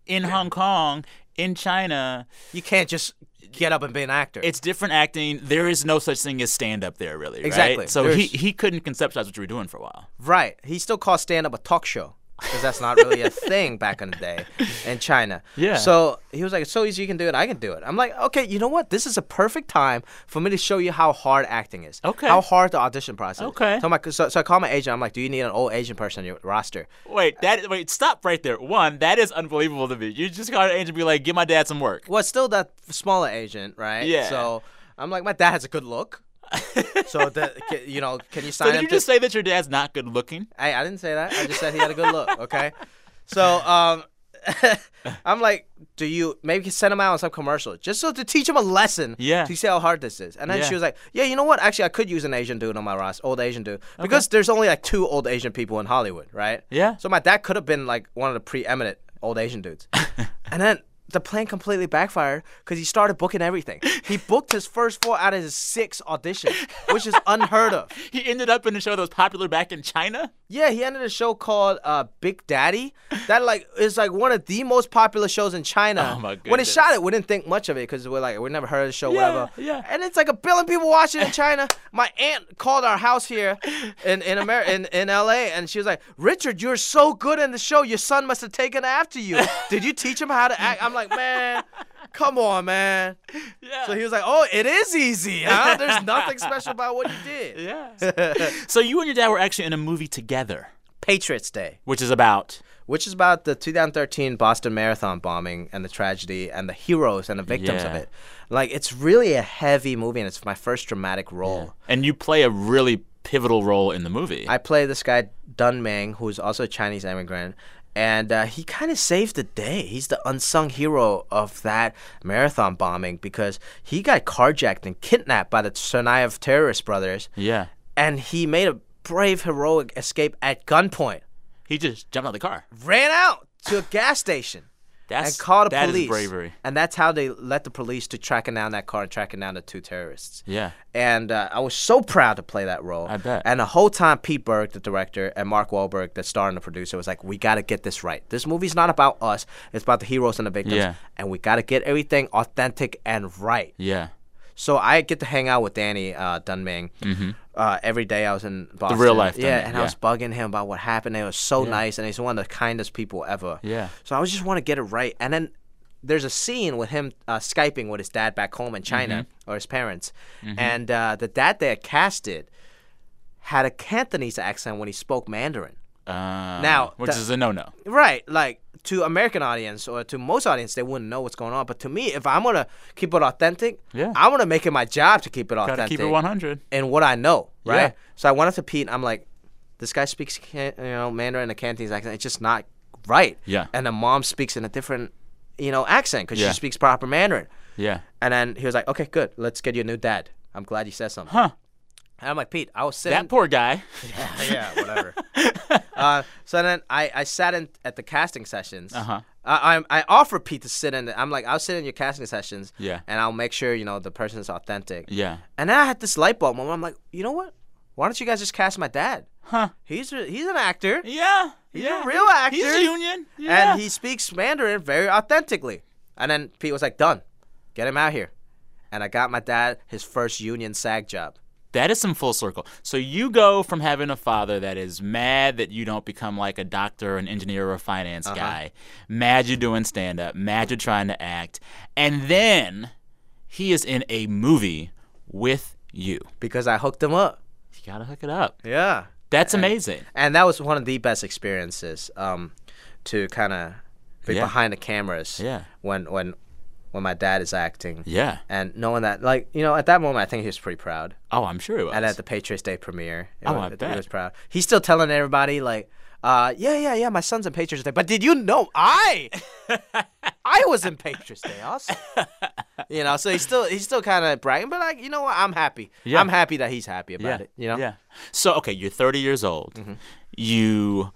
S1: in Hong Kong, in China,
S4: You can't just get up and be an actor.
S1: it's different acting. There is no such thing as stand up there, really. right?
S4: Exactly.
S1: So he,
S4: There's-
S1: he couldn't conceptualize what you were doing for a while.
S4: Right. He still calls stand up a talk show because that's not really a thing back in the day in China.
S1: Yeah.
S4: So he was like, it's so easy you can do it, I can do it. I'm like, okay, you know what? This is a perfect time for me to show you how hard acting is.
S1: Okay.
S4: How hard the audition process
S1: Okay.
S4: Is. So, my, so, so I call my agent. I'm like, do you need an old Asian person on your roster?
S1: Wait, that wait, stop right there. One, that is unbelievable to me. You just got an angel and be like, give my dad some work.
S4: Well, it's still that smaller agent, right?
S1: Yeah.
S4: So I'm like, my dad has a good look. so, that, ca- you know, can you sign
S1: So did
S4: him
S1: you
S4: to-
S1: just say that your dad's not good looking?
S4: I, I didn't say that. I just said he had a good look. Okay. So um, I'm like, do you maybe send him out on some commercial just so to teach him a lesson?
S1: Yeah.
S4: To see how hard this is. And then
S1: Yeah.
S4: she was like, yeah, you know what? Actually, I could use an Asian dude on my roster, old Asian dude, because there's only like two old Asian people in Hollywood, right?
S1: Yeah.
S4: So my dad could have been like one of the preeminent old Asian dudes, and then. The plan completely backfired because he started booking everything. He booked his first four out of his six auditions, which is unheard of.
S1: He ended up in a show that was popular back in China.
S4: Yeah, he ended a show called uh, Big Daddy. That like is like one of the most popular shows in China.
S1: Oh, my
S4: When it
S1: goodness.
S4: shot it, we didn't think much of it because we're like we never heard of the show,
S1: Yeah,
S4: whatever.
S1: yeah.
S4: And it's like a billion people watching in China. My aunt called our house here in in America in, in L.A. and she was like, "Richard, you're so good in the show. Your son must have taken after you. Did you teach him how to act?" I'm like, man. Come on, man.
S1: Yeah.
S4: So he was like, "Oh, it is easy, huh? There's nothing special about what you did."
S1: yeah. so you and your dad were actually in a movie together,
S4: Patriots Day.
S1: which is about
S4: which is about the 2013 Boston Marathon bombing and the tragedy and the heroes and the victims of
S1: Yeah.
S4: it. Like, it's really a heavy movie, and it's my first dramatic role.
S1: and you play a really pivotal role in the movie.
S4: I play this guy, Dun Meng, who's also a Chinese immigrant, and uh, he kind of saved the day. He's the unsung hero of that marathon bombing because he got carjacked and kidnapped by the Tsarnaev terrorist brothers,
S1: yeah.
S4: and he made a brave, heroic escape at gunpoint,
S1: He just jumped out of the car.
S4: ran out to a gas station.
S1: That's
S4: and called the
S1: that is
S4: police.
S1: bravery.
S4: And that's how they let the police to tracking down that car and tracking down the two terrorists.
S1: Yeah.
S4: And uh, I was so proud to play that role.
S1: I bet.
S4: And the whole time, Pete Berg, the director, and Mark Wahlberg, the star and the producer, was like, "We got to get this right. This movie's not about us. It's about the heroes and the victims.
S1: Yeah.
S4: And we got to get everything authentic and right."
S1: Yeah.
S4: So I get to hang out with Danny uh, Dunming uh, every day. I was in Boston.
S1: Mm-hmm. real life
S4: yeah,
S1: Dunming,
S4: and
S1: yeah.
S4: I was bugging him about what happened. It was so nice, and he's one of the kindest people ever.
S1: Yeah.
S4: So I was just want to get it right, and then there's a scene with him uh, skyping with his dad back home in China
S1: Mm-hmm.
S4: or his parents, and uh, the dad they had casted had a Cantonese accent when he spoke Mandarin.
S1: Uh,
S4: Now,
S1: which
S4: the-
S1: is a no-no.
S4: Right, like to American audience or to most audience, they wouldn't know what's going on. But to me, if I'm gonna keep it authentic,
S1: Yeah.
S4: I'm gonna make it my job to keep it
S1: Gotta
S4: authentic
S1: keep it 100.
S4: and what I know, right?
S1: Yeah.
S4: So I went up to Pete. and I'm like, this guy speaks, Can- you know, Mandarin and a Cantonese accent. It's just not right.
S1: Yeah.
S4: And the mom speaks in a different, you know, accent because
S1: Yeah.
S4: she speaks proper Mandarin.
S1: Yeah.
S4: And then he was like, okay, good. Let's get you a new dad. I'm glad you said something.
S1: Huh.
S4: And I'm like, Pete, I was sitting.
S1: That Uh-huh. poor guy.
S4: yeah, whatever. uh, so then I, I sat in at the casting sessions.
S1: Uh-huh.
S4: I, I I offer Pete to sit in. I'm like, I'll sit in your casting sessions.
S1: Yeah.
S4: And I'll make sure you know the person is authentic.
S1: Yeah.
S4: And then I had this light bulb moment. I'm like, you know what? Why don't you guys just cast my dad?
S1: Huh.
S4: He's a, he's an actor.
S1: Yeah.
S4: He's
S1: yeah.
S4: a real actor.
S1: He's union. Yeah.
S4: And he speaks Mandarin very authentically. And then Pete was like, done. Get him out here. And I got my dad his first union SAG job.
S1: That is some full circle. So you go from having a father that is mad that you don't become like a doctor, an engineer, or a finance guy, mad you're doing stand up, mad you're trying to act, and then he is in a movie with you.
S4: because I hooked him up.
S1: You gotta hook it up.
S4: Yeah.
S1: That's amazing.
S4: and that was one of the best experiences um, to kind of be
S1: Yeah.
S4: behind the cameras
S1: Yeah.
S4: when when when my dad is acting
S1: Yeah.
S4: and knowing that like you know at that moment i think he was pretty proud
S1: Oh, I'm sure it was.
S4: and at the patriots day premiere it
S1: Oh,
S4: was,
S1: I
S4: he
S1: bet.
S4: was proud he's still telling everybody like uh, yeah yeah yeah my son's in patriots day but did you know i i was in patriots day also you know so he's still he's still kind of bragging but like you know what i'm happy
S1: Yeah.
S4: i'm happy that he's happy about
S1: yeah.
S4: it you know Mm-hmm.
S1: Yeah. So okay, you're 30 years old. You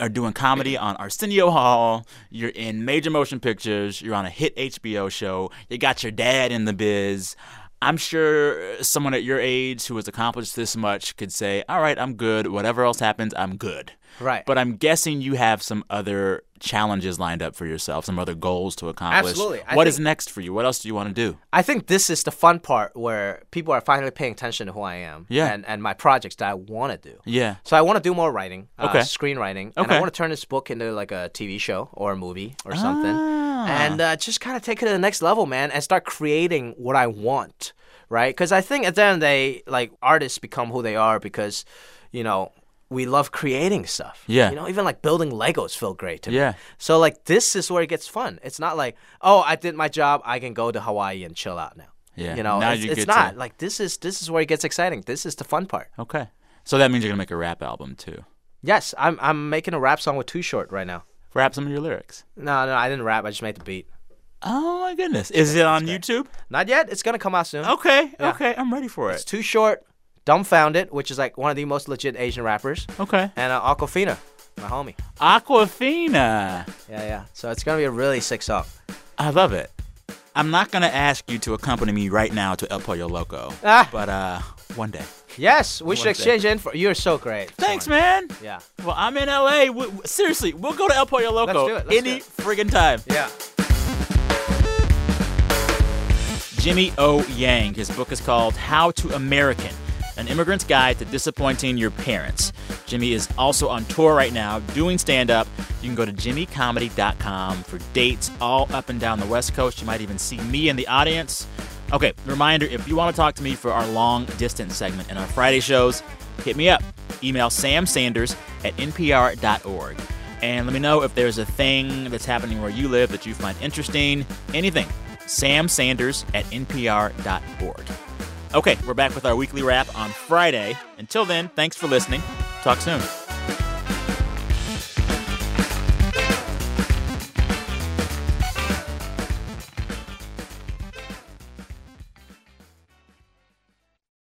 S1: are doing comedy on Arsenio Hall. You're in major motion pictures. You're on a hit HBO show. You got your dad in the biz. I'm sure someone at your age who has accomplished this much could say, "All right, I'm good. Whatever else happens, I'm good."
S4: Right.
S1: But I'm guessing you have some other challenges lined up for yourself, some other goals to accomplish.
S4: Absolutely. I
S1: What is
S4: think-
S1: next for you? What else do you want to do?
S4: I think this is the fun part where people are finally paying attention to who I am
S1: Yeah.
S4: and, and my projects that I want to do.
S1: Yeah.
S4: So I want to do more writing, uh,
S1: Okay.
S4: screenwriting, and
S1: Okay.
S4: I want to turn this book into like a TV show or a movie or something,
S1: Ah.
S4: and uh, just kind of take it to the next level, man, and start creating what I want, right? Because I think at the end of the day, like artists become who they are because, you know, we love creating stuff.
S1: Yeah.
S4: You know, even like building Legos feel great to me.
S1: Yeah.
S4: So like this is where it gets fun. It's not like oh I did my job, I can go to Hawaii and chill out now.
S1: Yeah.
S4: You know,
S1: Now
S4: it's,
S1: you
S4: it's
S1: get to-
S4: not like this is this is where it gets exciting. This is the fun part.
S1: Okay. So that means you're gonna make a rap album too.
S4: Yes, I'm I'm making a rap song with Too Short right now.
S1: Rap some of your lyrics.
S4: No, no, I didn't rap. I just made the beat.
S1: Oh my goodness. Is it on YouTube?
S4: Not yet. It's gonna come out soon.
S1: Okay, okay, I'm ready for
S4: It's
S1: it.
S4: Too Short, Dumbfounded, which is like one of the most legit Asian rappers,
S1: Okay.
S4: and uh, Aquafina, my homie.
S1: Aquafina.
S4: Yeah, yeah. So it's gonna be a really sick song.
S1: I love it. I'm not gonna ask you to accompany me right now to El Pollo Loco.
S4: Ah.
S1: But uh one day.
S4: Yes, we should
S1: One sec.
S4: exchange info. You're so great.
S1: Thanks,
S4: Torn.
S1: man.
S4: Yeah.
S1: Well, I'm in LA. W- w- seriously, we'll go to El Pollo Loco
S4: do it, let's
S1: any
S4: do
S1: friggin' time.
S4: Yeah.
S1: Jimmy O. Yang. His book is called How to American An Immigrant's Guide to Disappointing Your Parents. Jimmy is also on tour right now doing stand up. You can go to jimmycomedy.com for dates all up and down the West Coast. You might even see me in the audience. Okay, reminder if you want to talk to me for our long distance segment and our Friday shows, hit me up. Email Sam Sanders at npr.org and let me know if there's a thing that's happening where you live that you find interesting. Anything. Sam Sanders at npr.org. Okay, we're back with our weekly wrap on Friday. Until then, thanks for listening. Talk soon.